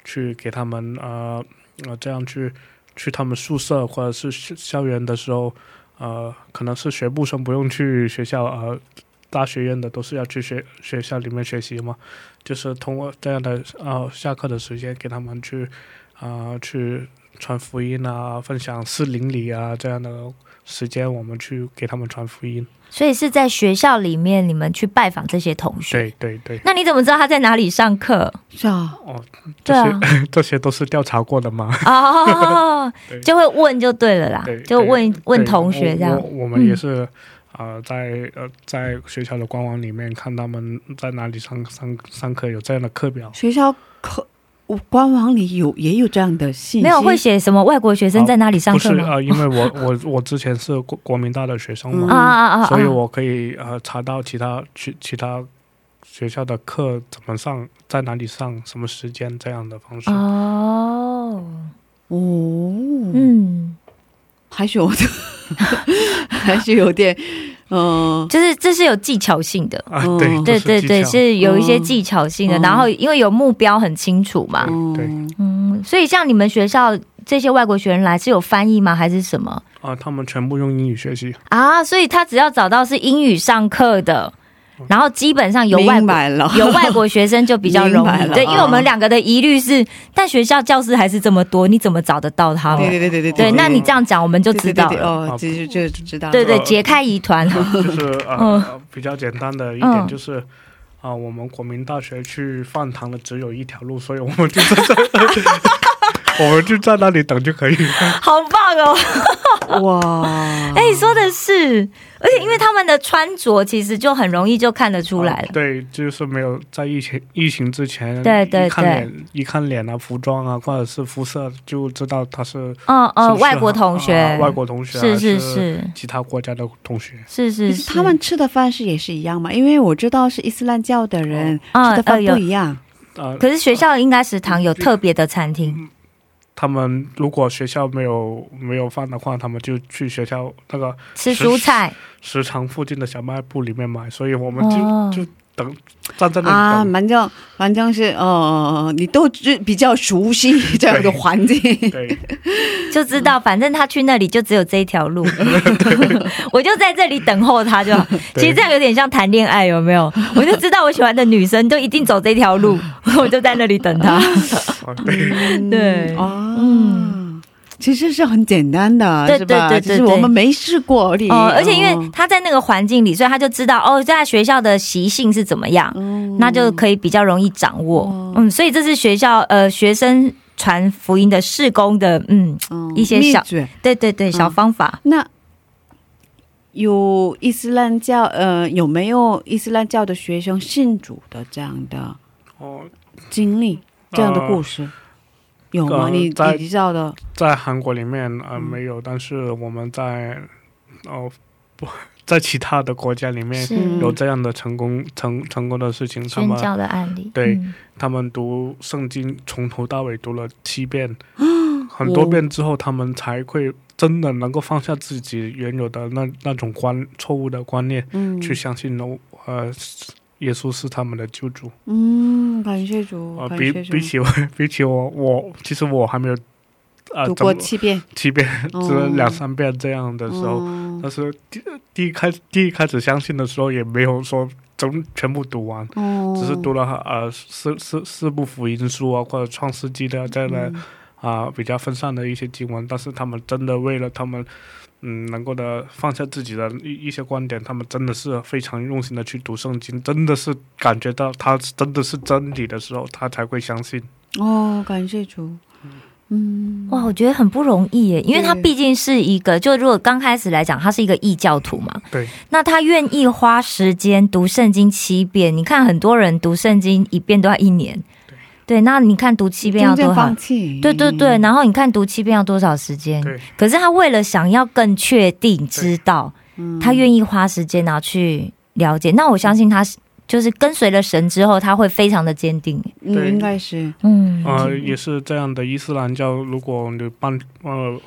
Speaker 4: 去给他们呃呃这样去去他们宿舍或者是校校园的时候，呃，可能是学部生不用去学校呃。大学院的都是要去学学校里面学习嘛，就是通过这样的呃下课的时间给他们去啊、呃去传福音啊，分享四邻里啊这样的时间，我们去给他们传福音。
Speaker 3: 所以是在学校里面，你们去拜访这些同学。
Speaker 4: 对对对，
Speaker 3: 那你怎么知道他在哪里上课？
Speaker 2: 是啊，
Speaker 3: 对
Speaker 4: 这些、
Speaker 3: 啊，
Speaker 4: 这些都是调查过的嘛。
Speaker 3: 哦
Speaker 4: 对，
Speaker 3: 就会问就对了啦
Speaker 4: 对，
Speaker 3: 就问问
Speaker 4: 对
Speaker 3: 同学这样嗯
Speaker 4: 我。我我们也是，呃，在呃在学校的官网里面看他们在哪里上上上课有这样的课表。
Speaker 2: 学校可我官网里有也有这样的信息，
Speaker 3: 没有会写什么外国学生在哪里上
Speaker 4: 不
Speaker 3: 课
Speaker 4: 是
Speaker 3: 吗？
Speaker 4: 呃，因为 我我我之前是国国民大的学生嘛，
Speaker 3: 啊啊啊！啊
Speaker 4: 嗯所以我可以呃查到其他其其他学校的课怎么上，在哪里上，什么时间这样的方式。
Speaker 3: 啊哦，
Speaker 2: 哦，嗯，
Speaker 3: 嗯，
Speaker 2: 还是有的， 还是有点，嗯、
Speaker 3: 就是这是有技巧性的。
Speaker 4: 啊，
Speaker 2: 嗯
Speaker 4: 对，
Speaker 3: 对
Speaker 4: 这
Speaker 3: 对
Speaker 4: 技
Speaker 3: 对，
Speaker 4: 巧
Speaker 3: 是有一些技巧性的，
Speaker 2: 嗯
Speaker 3: 然后因为有目标很清楚嘛，
Speaker 4: 对
Speaker 2: 嗯
Speaker 3: 嗯，所以像你们学校这些外国学生来是有翻译吗？还是什么
Speaker 4: 啊，他们全部用英语学习。
Speaker 3: 啊？所以他只要找到是英语上课的，
Speaker 4: 哦
Speaker 3: 然后基本上有外
Speaker 2: 明
Speaker 3: 国
Speaker 2: 白了，
Speaker 3: 有外国学生就比较
Speaker 2: 明
Speaker 3: 容
Speaker 2: 白
Speaker 3: 易，
Speaker 2: 了
Speaker 3: 对，因为我们两个的疑虑是，但学校教师还是这么多，你怎么找得到 他
Speaker 2: 对对
Speaker 3: 们？
Speaker 2: 对对对
Speaker 3: 对，那你这样讲我们就
Speaker 2: 就
Speaker 3: 知道了。
Speaker 4: 啊
Speaker 2: 哦，其实就知道了，
Speaker 3: 对对，
Speaker 4: 呃
Speaker 3: 解开疑 团。
Speaker 4: 就是呃
Speaker 3: 嗯
Speaker 4: 呃比较简单的一
Speaker 3: 嗯
Speaker 4: 点就是。啊、我们国民大学去饭堂的只有一条路，所以我们就在这， 我们就在那里等就可以了。
Speaker 3: 好棒 哦！
Speaker 2: 哇，
Speaker 3: 哎、
Speaker 2: 嗯
Speaker 3: 你说的是，而哎且因为他们的穿着其实就很容易就看得出来
Speaker 4: 啊
Speaker 3: 了。
Speaker 4: 对，就是没有在疫情疫情之前，
Speaker 3: 对对
Speaker 4: 一看
Speaker 3: 对
Speaker 4: 脸一看脸啊、服装啊，或者是肤色，就知道他是
Speaker 3: 嗯
Speaker 4: 是
Speaker 3: 嗯，
Speaker 4: 不是
Speaker 3: 外国同
Speaker 4: 啊
Speaker 3: 学，
Speaker 4: 外国同学、啊、
Speaker 3: 是是
Speaker 4: 是
Speaker 3: 是
Speaker 4: 其他国家的同学。
Speaker 3: 是是是，
Speaker 2: 他们吃的饭是也是一样嘛？因为我知道是伊斯兰教的人、吃
Speaker 3: 嗯
Speaker 2: 的
Speaker 3: 呃
Speaker 2: 饭不
Speaker 3: 有，
Speaker 2: 一样，嗯
Speaker 4: 啊，
Speaker 3: 可是学校应该食堂有特别的餐厅
Speaker 4: 他们如果学校没有没有饭的话，他们就去学校那个
Speaker 3: 吃蔬菜
Speaker 4: 食堂附近的小卖部里面买，所以我们就、
Speaker 3: 哦
Speaker 4: 就等站在那
Speaker 2: 啊，
Speaker 4: 里等。
Speaker 2: 反正反正是呃，你都知比较熟悉这样的环境，
Speaker 3: 啊
Speaker 4: 对，
Speaker 3: 就知
Speaker 2: 嗯
Speaker 3: 道，反正他去那里就只有这一条 路，我就在这里等候他就好。其实这样有点像谈恋爱，有 没有？我就知道我喜欢的女生就一定走这条路，
Speaker 2: 嗯
Speaker 3: 我就在那里等她。
Speaker 4: 啊对，
Speaker 3: 对
Speaker 2: 啊，
Speaker 3: 嗯
Speaker 2: 其实是很简单的，
Speaker 3: 对
Speaker 2: 是吧？
Speaker 3: 对对
Speaker 2: 只
Speaker 3: 对
Speaker 2: 是我们没试过而已。
Speaker 3: 哦，而且因为
Speaker 2: 哦
Speaker 3: 他在那个环境里，所以他就知道哦，在学校的习性是怎么样，
Speaker 2: 嗯
Speaker 3: 那就可以比较容易掌握。
Speaker 2: 哦
Speaker 3: 嗯，所以这是学校呃学生传福音的事工的，嗯，
Speaker 2: 嗯
Speaker 3: 一些
Speaker 2: 秘
Speaker 3: 小
Speaker 2: 诀，
Speaker 3: 对对对，小方法。
Speaker 2: 那有伊斯兰教呃有没有伊斯兰教的学生信主的这样的
Speaker 4: 哦，
Speaker 2: 经历、这样的故
Speaker 4: 事、
Speaker 2: 事？有吗？
Speaker 4: 啊呃
Speaker 2: 你
Speaker 4: 在
Speaker 2: 你知道的？
Speaker 4: 在韩国里面呃没
Speaker 3: 嗯
Speaker 4: 有，但是我们在哦不 在其他的国家里面
Speaker 3: 是
Speaker 2: 嗯
Speaker 4: 有这样的成功成成功的事情，他
Speaker 3: 宣
Speaker 4: 们
Speaker 3: 教的案例，
Speaker 4: 对
Speaker 3: 嗯
Speaker 4: 他们读圣经从头到尾读了七 遍，很多
Speaker 2: 哦
Speaker 4: 遍之后，他们才会真的能够放下自己原有的那那种观错误的观念，
Speaker 2: 嗯
Speaker 4: 去相信了呃耶稣是他们的救主。
Speaker 2: 嗯，感谢主
Speaker 4: 啊、，
Speaker 2: 感
Speaker 4: 比
Speaker 2: 谢主
Speaker 4: 比起我比起我我其实我还没有啊、
Speaker 2: 读
Speaker 4: 怎么
Speaker 2: 过七遍
Speaker 4: 七遍，
Speaker 2: 哦
Speaker 4: 只有两三遍这样的时候，
Speaker 2: 嗯
Speaker 4: 但是第第一开第一开始相信的时候也没有说整全部读完，
Speaker 2: 哦嗯
Speaker 4: 只是读了呃四四四部福音书啊或者创世纪的这样的。啊、啊、比较分散的一些经文，但是他们真的为了他们嗯能够的放下自己的一一些观点，他们真的是非常用心的去读圣经，真的是感觉到他真的是真理的时候，他才会相信。
Speaker 2: 哦，感谢主，嗯，
Speaker 3: 哇，我觉得很不容易耶，因为他
Speaker 2: 对
Speaker 3: 毕竟是一个，就如果刚开始来讲，他是一个异教徒嘛，
Speaker 4: 对，
Speaker 3: 那他愿意花时间读圣经七遍，你看很多人读圣经一遍都要一年，
Speaker 4: 对
Speaker 3: 对，那你看读七遍要
Speaker 2: 中间
Speaker 3: 多少
Speaker 2: 放？弃，
Speaker 3: 对对对，然后你看读七遍要多少时间？
Speaker 4: 对，
Speaker 3: 可是他为了想要更确定知道，
Speaker 2: 嗯，
Speaker 3: 他愿意花时间然后去了解，那我相信他是就是跟随了神之后，他会非常的坚定。
Speaker 2: 嗯，
Speaker 4: 对
Speaker 2: 应该是，
Speaker 3: 嗯，
Speaker 4: 呃，也是这样的。伊斯兰教，如果你办呃，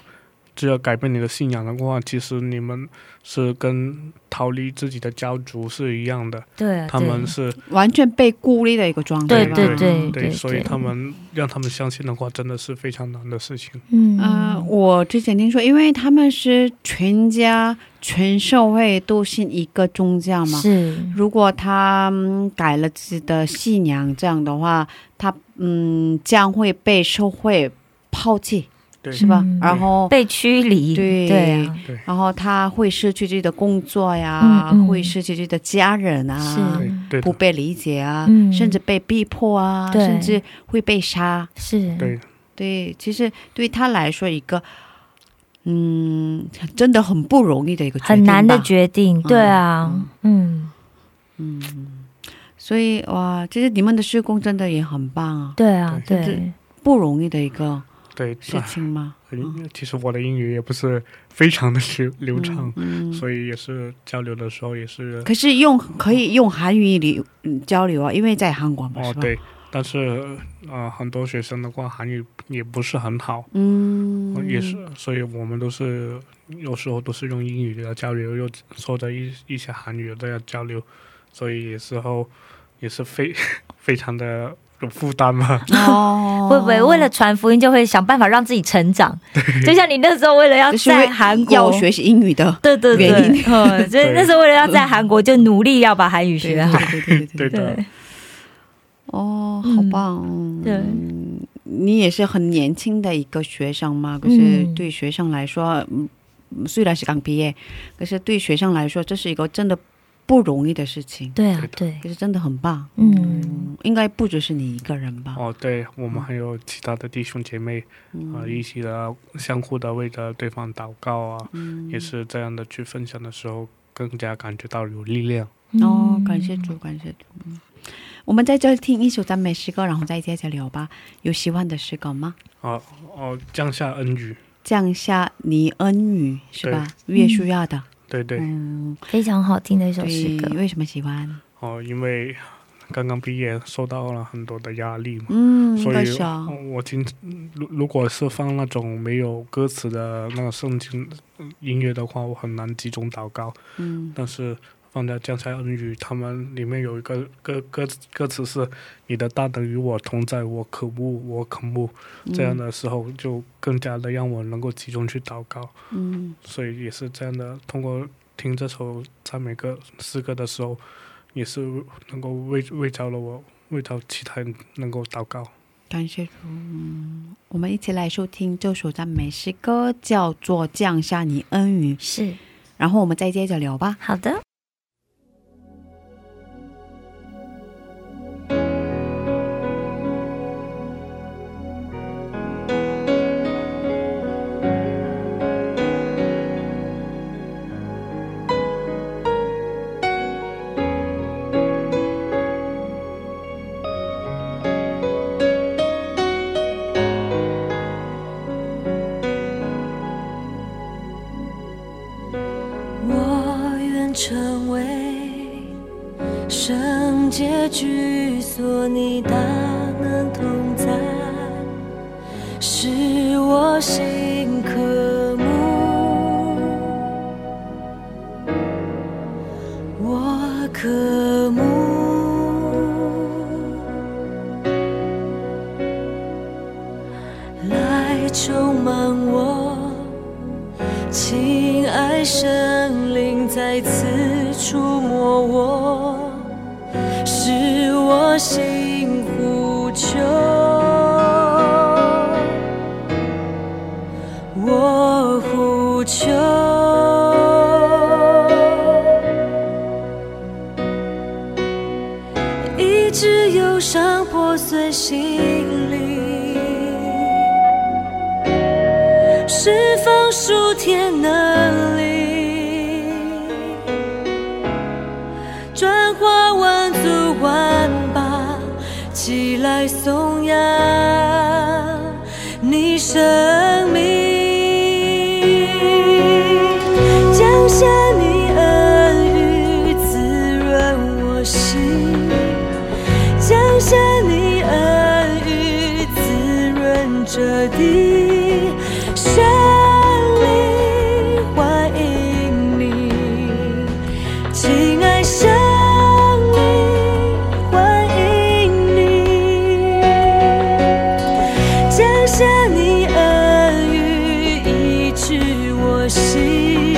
Speaker 4: 只要改变你的信仰的话，其实你们是跟逃离自己的家族是一样的。
Speaker 3: 对啊，
Speaker 4: 他
Speaker 3: 对
Speaker 4: 们是
Speaker 2: 完全被孤立的一个状态
Speaker 3: 对
Speaker 2: 吧，
Speaker 3: 对
Speaker 4: 对
Speaker 3: 对
Speaker 4: 对，所以他们让他们相信的话，真的是非常难的事情。
Speaker 3: 嗯
Speaker 2: 呃，我之前听说，因为他们是全家全社会都信一个宗教嘛，
Speaker 3: 是
Speaker 2: 如果他、嗯改了自己的信仰，这样的话，他嗯将会被社会抛弃，
Speaker 4: 对
Speaker 2: 是吧？
Speaker 3: 嗯
Speaker 2: 然后，
Speaker 3: 被驱离，
Speaker 2: 对
Speaker 3: 对啊，
Speaker 2: 然后他会失去自己的工作呀，
Speaker 3: 嗯嗯
Speaker 2: 会失去自己的家人啊，
Speaker 4: 对对
Speaker 2: 不
Speaker 4: 的，
Speaker 2: 被理解啊，
Speaker 3: 嗯
Speaker 2: 甚至被逼迫啊，
Speaker 3: 对
Speaker 2: 甚至会被杀。
Speaker 3: 是，
Speaker 4: 对
Speaker 2: 对，其实对他来说，一个嗯，真的很不容易的一个决定
Speaker 3: 很难的
Speaker 2: 吧
Speaker 3: 决定，对啊，嗯，
Speaker 2: 所以哇，其实你们的施工真的也很棒啊，
Speaker 3: 对啊，
Speaker 2: 对
Speaker 3: 对，，
Speaker 2: 不容易的一个
Speaker 4: 对。
Speaker 2: 事情嘛。
Speaker 4: 很其实我的英语也不是非常的流流畅，
Speaker 2: 嗯嗯，
Speaker 4: 所以也是交流的时候也是
Speaker 2: 可是用可以用韩语里嗯交流啊，因为在韩国嘛，
Speaker 4: 哦
Speaker 2: 是吧？
Speaker 4: 对， 但是呃很多学生的话韩语也不是很好，呃
Speaker 2: 嗯，
Speaker 4: 也是，所以我们都是有时候都是用英语来交流，又说着一一些韩语的交流，所以有时候也是非 非常的有负担嘛。
Speaker 2: 哦
Speaker 3: 会不会为了传福音就会想办法让自己成长？就像你那时候为了要
Speaker 2: 就是
Speaker 3: 在韩国
Speaker 2: 要学习英语的？
Speaker 3: 对对对，
Speaker 2: 原
Speaker 3: 嗯，所以
Speaker 4: 对
Speaker 3: 那时候为了要在韩国就努力要把韩语
Speaker 2: 对
Speaker 3: 学好，
Speaker 2: 对对对对
Speaker 4: 对
Speaker 2: 对。
Speaker 4: 的
Speaker 3: 对
Speaker 2: 哦，
Speaker 3: 嗯
Speaker 2: 好棒！嗯
Speaker 3: 对，
Speaker 2: 你也是很年轻的一个学生嘛，可是
Speaker 3: 嗯
Speaker 2: 对学生来说，嗯虽然是刚毕业，可是对学生来说，这是一个真的不容易的事情。
Speaker 3: 对啊
Speaker 4: 对的
Speaker 3: 对，
Speaker 2: 可是真的很棒，
Speaker 3: 嗯，
Speaker 2: 应该不只是你一个人吧？
Speaker 4: 哦，对，我
Speaker 2: 嗯
Speaker 4: 们还有其他的弟兄姐妹啊、一起的相互的为着对方祷告啊，
Speaker 2: 嗯
Speaker 4: 也是这样的去分享的时候，更加感觉到有力量。
Speaker 2: 哦，感谢主，感谢主。嗯，我们在这儿听一首赞美诗歌，然后再接着聊吧。有喜欢的诗歌吗？
Speaker 4: 哦哦，降下恩雨，
Speaker 2: 降下你恩雨是吧？约书亚的，
Speaker 4: 对对，
Speaker 2: 嗯，
Speaker 3: 非常好听的一首诗
Speaker 2: 对
Speaker 3: 歌，，
Speaker 2: 为什么喜欢？
Speaker 4: 哦，因为刚刚毕业，受到了很多的压力嘛。
Speaker 2: 嗯，应
Speaker 4: 所
Speaker 2: 该
Speaker 4: 以哦
Speaker 2: 是啊，
Speaker 4: 我经如如果是放那种没有歌词的那个圣经音乐的话，我很难集中祷告。
Speaker 2: 嗯，
Speaker 4: 但是放在江山恩语，他们里面有一个歌歌歌词是“你的大能与我同在，我可恶，我可恶”，
Speaker 2: 嗯
Speaker 4: 这样的时候就更加的让我能够集中去祷告。
Speaker 2: 嗯，
Speaker 4: 所以也是这样的，通过听这首赞美歌诗歌的时候，也是能够为为着了我，为着其他人能够祷告。
Speaker 2: 感谢主。嗯，我们一起来收听这首赞美诗歌，叫做《降下你恩雨》，
Speaker 3: 是
Speaker 2: 然后我们再接着聊吧。
Speaker 3: 好的。
Speaker 1: 我愿成为圣洁居所，你大能同在，使我心渴慕，我渴慕。来充满我，亲爱神灵再次触摸我，使我心呼求。释放数天能力，转化万族万邦，起来颂扬你生命，降下你恩雨，滋润我心。降下你恩雨，滋润这地，神灵欢迎你，亲爱神灵欢迎你，降下你恩雨，医治我心。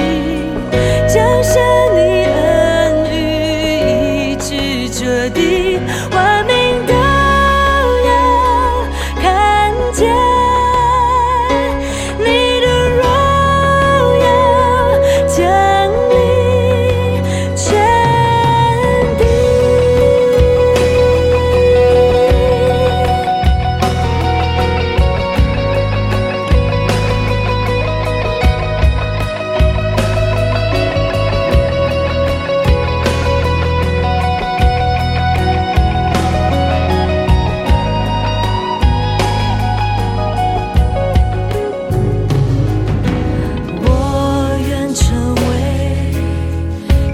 Speaker 1: 降下你恩雨，医治这地，万民都要看见你的荣耀降临全地。我愿成为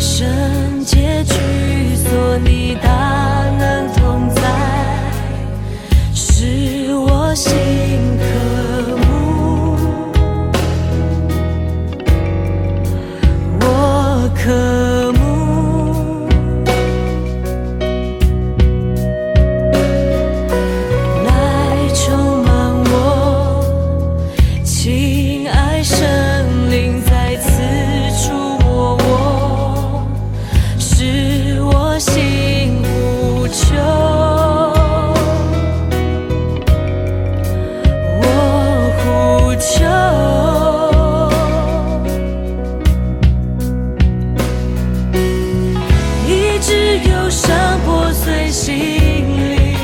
Speaker 1: 圣洁居所，你大能同在，使我心渴慕。我渴慕来充满我。亲爱神灵，再次触摸我，使我心无求。我呼求，医治忧伤破碎心灵。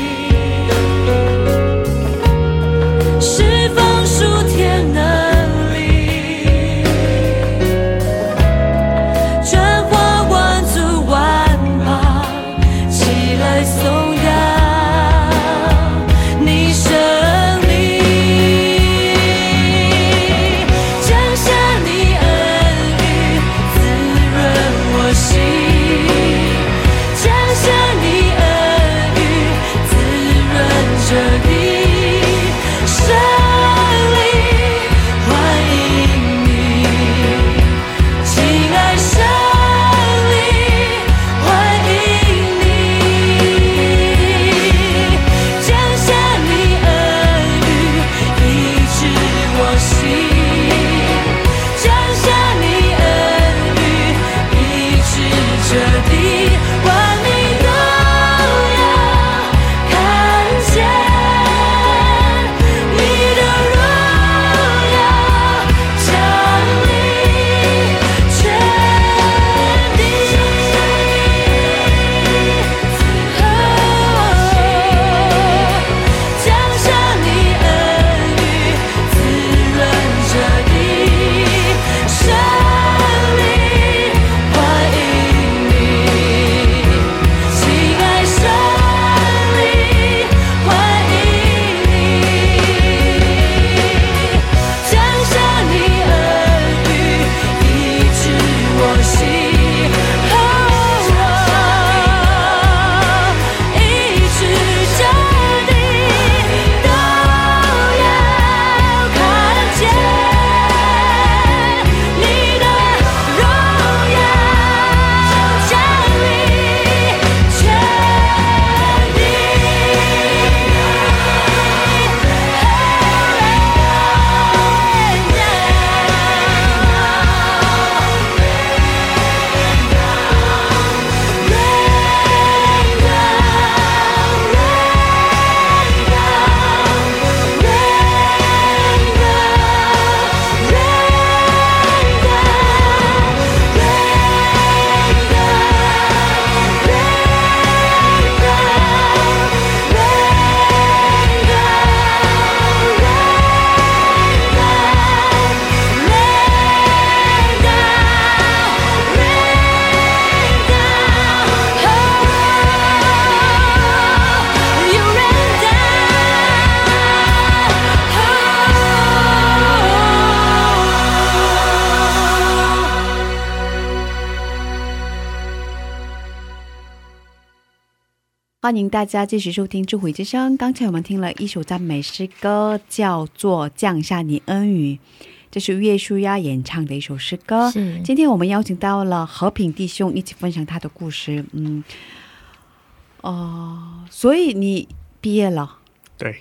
Speaker 1: 释放数天能力，转化万族万邦，起来颂扬你生命，降下你恩雨，滋润我心。降下你恩雨，滋润这地。神
Speaker 2: 欢迎大家继续收听《智慧之声》。刚才我们听了一首赞美诗歌，叫做《降下你恩雨》，这是岳舒亚演唱的一首诗歌。
Speaker 3: 是
Speaker 2: 今天我们邀请到了和平弟兄一起分享他的故事。嗯，哦、所以你毕业了，
Speaker 4: 对，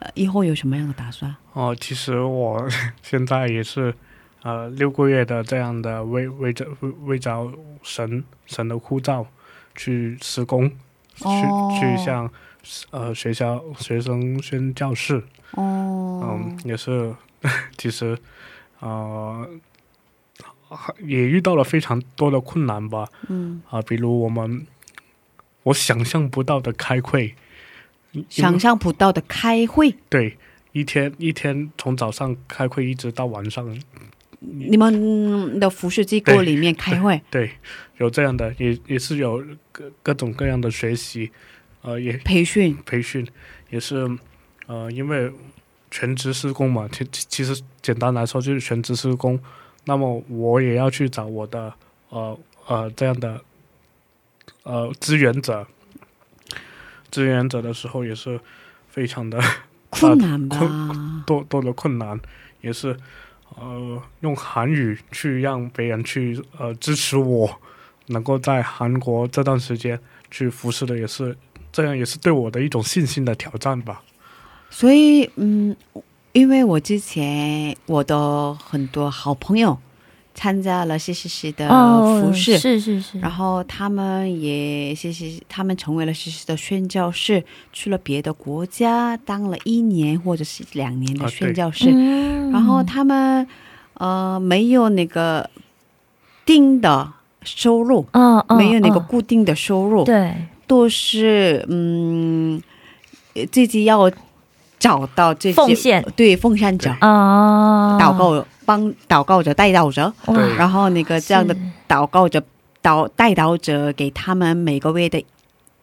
Speaker 2: 呃以后有什么样的打算？
Speaker 4: 哦，其实我 现在也是，呃，六个月的这样的为为着为为着神神的呼召去施工，
Speaker 2: 哦
Speaker 4: 去去向呃学校学生宣教士，
Speaker 2: 哦，
Speaker 4: 嗯，也是， 其实，呃，也遇到了非常多的困难吧，
Speaker 2: 嗯，
Speaker 4: 啊、比如我们我想象不到的开会，因为
Speaker 2: 想象不到的开会，
Speaker 4: 对，一天一天从早上开会一直到晚上，
Speaker 2: 你们的服饰机构里面开会，
Speaker 4: 嗯对，有这样的，也也是有各各种各样的学习，呃，也
Speaker 2: 培训，
Speaker 4: 培训，也是呃，因为全职施工嘛，其其其实简单来说就是全职施工。那么我也要去找我的呃呃这样的呃志愿者，志愿者的时候也是非常的
Speaker 2: 困难吧？
Speaker 4: 多多的啊困难，也是呃用韩语去让别人去呃支持我，能够在韩国这段时间去服侍的，也是这样，也是对我的一种信心的挑战吧。
Speaker 2: 所以，嗯，因为我之前我的很多好朋友参加了 C C C 的
Speaker 4: 哦
Speaker 2: 服饰，
Speaker 3: 哦是是是，
Speaker 2: 然后他们也 C C，他们成为了 C C 的宣教士，去了别的国家当了一年或者是两年的
Speaker 4: 啊
Speaker 2: 宣
Speaker 4: 对
Speaker 2: 教士，
Speaker 3: 嗯
Speaker 2: 然后他们呃没有那个定的收入，
Speaker 3: 嗯嗯
Speaker 2: 没有那个
Speaker 3: 嗯
Speaker 2: 固定的收入，
Speaker 3: 对
Speaker 2: 都是嗯呃自己要找到自己
Speaker 3: 奉献
Speaker 2: 对奉献者、
Speaker 3: 啊，
Speaker 2: 祷告帮祷告者带导者，
Speaker 3: 哇
Speaker 4: 对
Speaker 2: 然后那个这样的
Speaker 3: 嗯是
Speaker 2: 祷告者导带导者给他们每个月的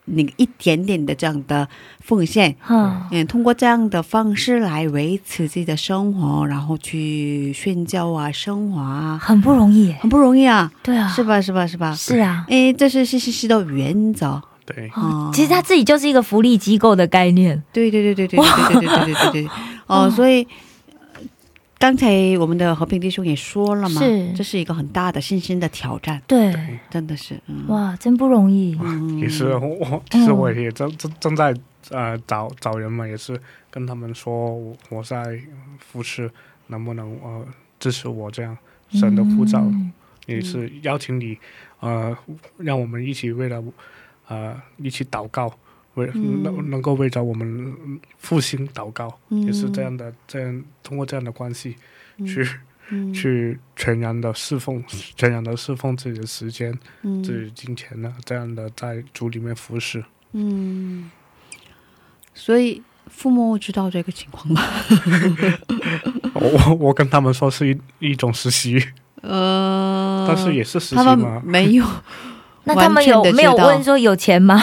Speaker 2: 那个一点点的这样的奉献。
Speaker 3: 哈
Speaker 2: 嗯，通过这样的方式来维持自己的生活，然后去宣教啊、生活啊，
Speaker 3: 很不容易耶，
Speaker 2: 很不容易啊，
Speaker 3: 对啊，
Speaker 2: 是吧？是吧？是吧？
Speaker 3: 是啊。
Speaker 2: 哎，这是是是是的原则，
Speaker 4: 对，
Speaker 2: 哦
Speaker 3: 其实他自己就是一个福利机构的概念，
Speaker 2: 对对对对对对对对对对对对。哦，所以呃刚才我们的和平弟兄也说了嘛，
Speaker 3: 是
Speaker 2: 这是一个很大的信心的挑战，
Speaker 3: 对，
Speaker 2: 真的是，嗯，
Speaker 3: 哇，真不容易，
Speaker 4: 也是我我其实我也正正正在呃找找人嘛，也是跟他们说我我在服侍，能不能呃支持我这样神的护照。
Speaker 3: 嗯
Speaker 4: 也是邀请你，呃，让我们一起为了，呃，一起祷告，为
Speaker 2: 嗯
Speaker 4: 能能够为着我们复兴祷告，也是这样的，这样通过这样的关系，去
Speaker 2: 嗯嗯，
Speaker 4: 去全然的侍奉，全然的侍奉自己的时间、
Speaker 2: 嗯
Speaker 4: 自己的金钱呢，这样的在主里面服侍。
Speaker 2: 嗯，所以父母知道这个情况吗？
Speaker 4: 我我我跟他们说是一一种实习，
Speaker 2: 呃，
Speaker 4: 但是也是实习
Speaker 2: 他
Speaker 4: 嘛
Speaker 2: 们。没有，
Speaker 3: 那他们有
Speaker 2: 完全地
Speaker 3: 没有
Speaker 2: 知道
Speaker 3: 问说有钱吗？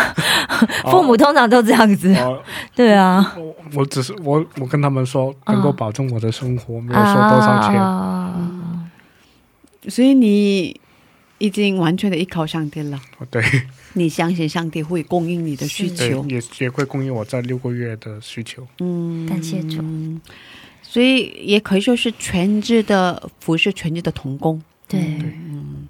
Speaker 3: 父母通常都这样子，
Speaker 4: 哦，
Speaker 3: 对啊，
Speaker 4: 我我只是我我跟他们说能
Speaker 2: 嗯
Speaker 4: 够保证我的生活，没有
Speaker 2: 啊
Speaker 4: 说多少钱。
Speaker 3: 啊，
Speaker 2: 所以你已经完全的依靠上帝了，
Speaker 4: 哦对。
Speaker 2: 你相信上帝会供应你的需
Speaker 3: 是
Speaker 4: 对
Speaker 2: 求，，
Speaker 4: 也也会供应我在六个月的需求。
Speaker 2: 嗯，
Speaker 3: 感谢主，
Speaker 2: 所以也可以说是全职的服侍全职的童工。
Speaker 3: 对
Speaker 2: 嗯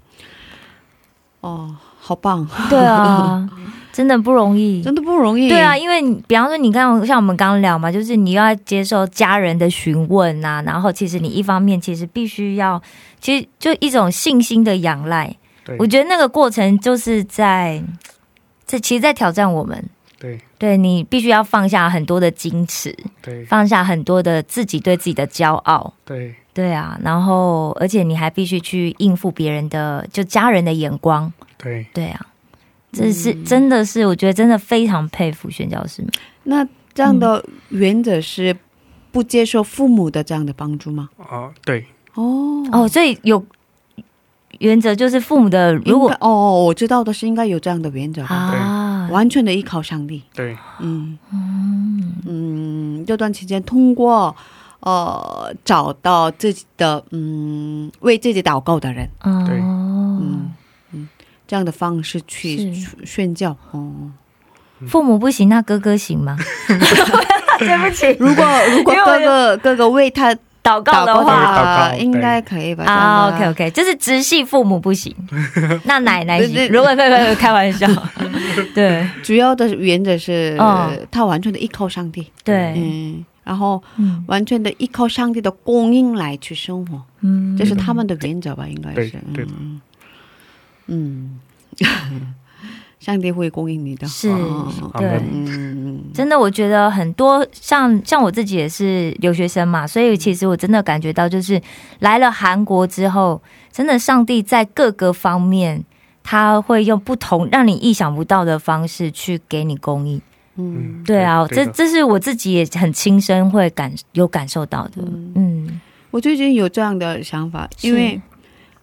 Speaker 2: 哦，好 棒，
Speaker 4: 嗯
Speaker 3: 对 啊，真的不容易，
Speaker 2: 真的不容易。
Speaker 3: 对啊，，因为你比方说你刚刚像我们刚刚聊嘛，就是你要接受家人的询问呐、然后其实你一方面其实必须要，其实就一种信心的仰赖。
Speaker 4: 对
Speaker 3: 我觉得那个过程就是在，这其实，在挑战我们。
Speaker 4: 对
Speaker 3: 对你必须要放下很多的矜持，
Speaker 4: 对
Speaker 3: 放下很多的自己对自己的骄傲，
Speaker 4: 对
Speaker 3: 对啊，然后而且你还必须去应付别人的就家人的眼光，
Speaker 4: 对，
Speaker 3: 对啊，这是、真的是我觉得真的非常佩服宣教师们。
Speaker 2: 那这样的原则是不接受父母的这样的帮助吗？
Speaker 4: 啊对，
Speaker 2: 哦
Speaker 3: 哦，，所以有原则就是父母的，如
Speaker 2: 应
Speaker 3: 果
Speaker 2: 该哦，我知道的是应该有这样的原则吧，
Speaker 3: 啊，
Speaker 2: 完全的依靠上帝。
Speaker 4: 对
Speaker 2: 嗯嗯，这段期间通过呃找到自己的嗯为自己祷告的人
Speaker 3: 哦
Speaker 4: 对
Speaker 2: 嗯嗯这样的方式去
Speaker 3: 是
Speaker 2: 宣教，哦，
Speaker 3: 父母不行，那哥哥行吗？对不起，
Speaker 2: 如果如果
Speaker 3: 因为我
Speaker 2: 各个各个为他
Speaker 3: 祷 告
Speaker 2: 祷
Speaker 3: 的
Speaker 2: 告
Speaker 3: 话
Speaker 4: 对
Speaker 2: 话，
Speaker 4: 祷告
Speaker 2: 应该可以吧？
Speaker 3: 啊
Speaker 2: 真
Speaker 3: ，OK
Speaker 2: 的
Speaker 3: OK，就是直系父母不 行，那奶奶
Speaker 2: 对对
Speaker 3: 行。如果可以开玩 笑，对
Speaker 2: 主要的原则是、
Speaker 3: 嗯
Speaker 2: 他完全的依靠上帝，
Speaker 3: 对，
Speaker 2: 嗯，然后
Speaker 3: 嗯
Speaker 2: 完全的依靠上帝的供应来去生活，
Speaker 3: 嗯
Speaker 2: 这是他们的原则吧？应该
Speaker 4: 对
Speaker 2: 是，
Speaker 4: 对的
Speaker 2: 嗯，嗯， 上帝会供应你的，
Speaker 3: 是
Speaker 2: 嗯
Speaker 4: 阿门
Speaker 3: 对。
Speaker 2: 嗯，嗯
Speaker 3: 真的，我觉得很多像像我自己也是留学生嘛，所以其实我真的感觉到，就是来了韩国之后，真的上帝在各个方面，他会用不同让你意想不到的方式去给你供应。
Speaker 2: 嗯，
Speaker 3: 对啊，
Speaker 4: 对
Speaker 3: 这
Speaker 4: 的
Speaker 3: 这是我自己也很亲身会感有感受到的。嗯，
Speaker 2: 我最近有这样的想法，因为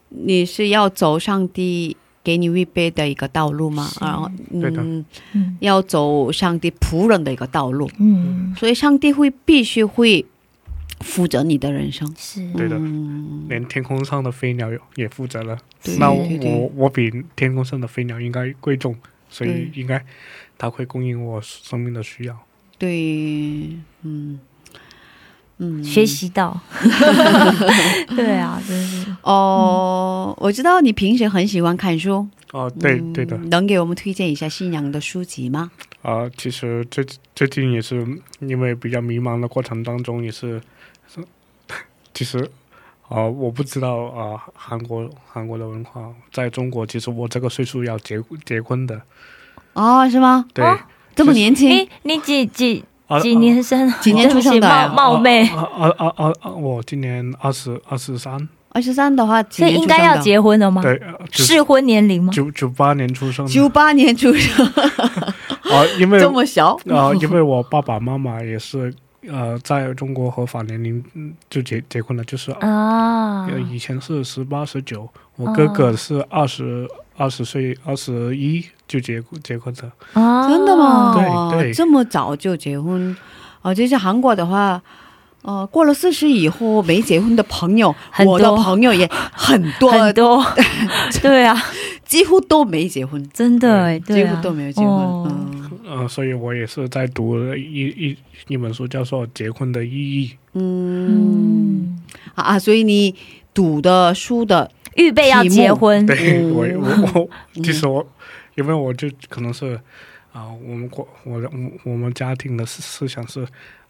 Speaker 2: 你是要走上帝给你预备的一个道路嘛，
Speaker 3: 是
Speaker 2: 然后
Speaker 4: 对的
Speaker 2: 嗯，
Speaker 3: 嗯
Speaker 2: 要走上帝仆人的一个道路，
Speaker 3: 嗯
Speaker 2: 所以上帝会必须会负责你的人生。
Speaker 3: 是
Speaker 4: 对的，
Speaker 2: 嗯，
Speaker 4: 连天空上的飞鸟有也负责了。
Speaker 2: 对
Speaker 4: 那
Speaker 2: 对对
Speaker 4: 我我比天空上的飞鸟应该贵重，所以
Speaker 2: 嗯
Speaker 4: 应该它会供应我生命的需要。
Speaker 2: 对，嗯嗯，
Speaker 3: 学习 到，对啊，真是
Speaker 2: 哦，我知道你平时很喜欢看书，
Speaker 4: 哦，对对的，
Speaker 2: 嗯能给我们推荐一下信仰的书籍吗？
Speaker 4: 啊、其实最最近也是因为比较迷茫的过程当中，也是，是其实啊、呃我不知道啊、呃韩国韩国的文化在中国，其实我这个岁数要结结婚的，
Speaker 2: 哦，是吗？
Speaker 4: 对，
Speaker 3: 啊
Speaker 2: 这么年轻，哎
Speaker 3: 你你几几
Speaker 4: 啊
Speaker 3: 几年生？
Speaker 2: 几年出生的呀
Speaker 3: 对不起冒冒昧。
Speaker 4: 啊啊啊啊啊！我今年二十二十三，
Speaker 2: 二十三的话，几
Speaker 3: 这
Speaker 2: 年
Speaker 3: 应该要结婚了吗？
Speaker 4: 对，呃九
Speaker 3: 适婚年龄吗？
Speaker 4: 九九八年出生的
Speaker 2: 九八年出生，
Speaker 4: 啊、因为
Speaker 2: 这么小，
Speaker 4: 啊、因 为我爸爸妈妈也是呃，在中国合法年龄嗯就结结婚了，就是
Speaker 3: 啊，哦
Speaker 4: 呃，以前是十八十九，我哥哥是二十二十岁二十一就结婚结婚的，
Speaker 3: 啊
Speaker 2: 哦真的吗？
Speaker 4: 对
Speaker 2: 哇
Speaker 4: 对
Speaker 2: 这么早就结婚，哦、就是韩国的话。呃，过了四十以后没结婚的朋友，
Speaker 3: 很多
Speaker 2: 我的朋友也很多，
Speaker 3: 很多， 对啊，
Speaker 2: 几乎都没结婚，
Speaker 3: 真的哎，对
Speaker 2: 几
Speaker 3: 啊
Speaker 2: 乎都没有结婚。
Speaker 3: 哦
Speaker 2: 嗯
Speaker 4: 呃，所以我也是在读了一一一本书，叫做《结婚的意义》。
Speaker 2: 嗯啊啊，所以你赌的输的，
Speaker 3: 预备要结婚，
Speaker 4: 对
Speaker 2: 嗯
Speaker 4: 我
Speaker 3: 哦
Speaker 4: 我我，
Speaker 3: 嗯
Speaker 4: 其实我，因为我就可能是啊、我们国我的我我们家庭的思思想是。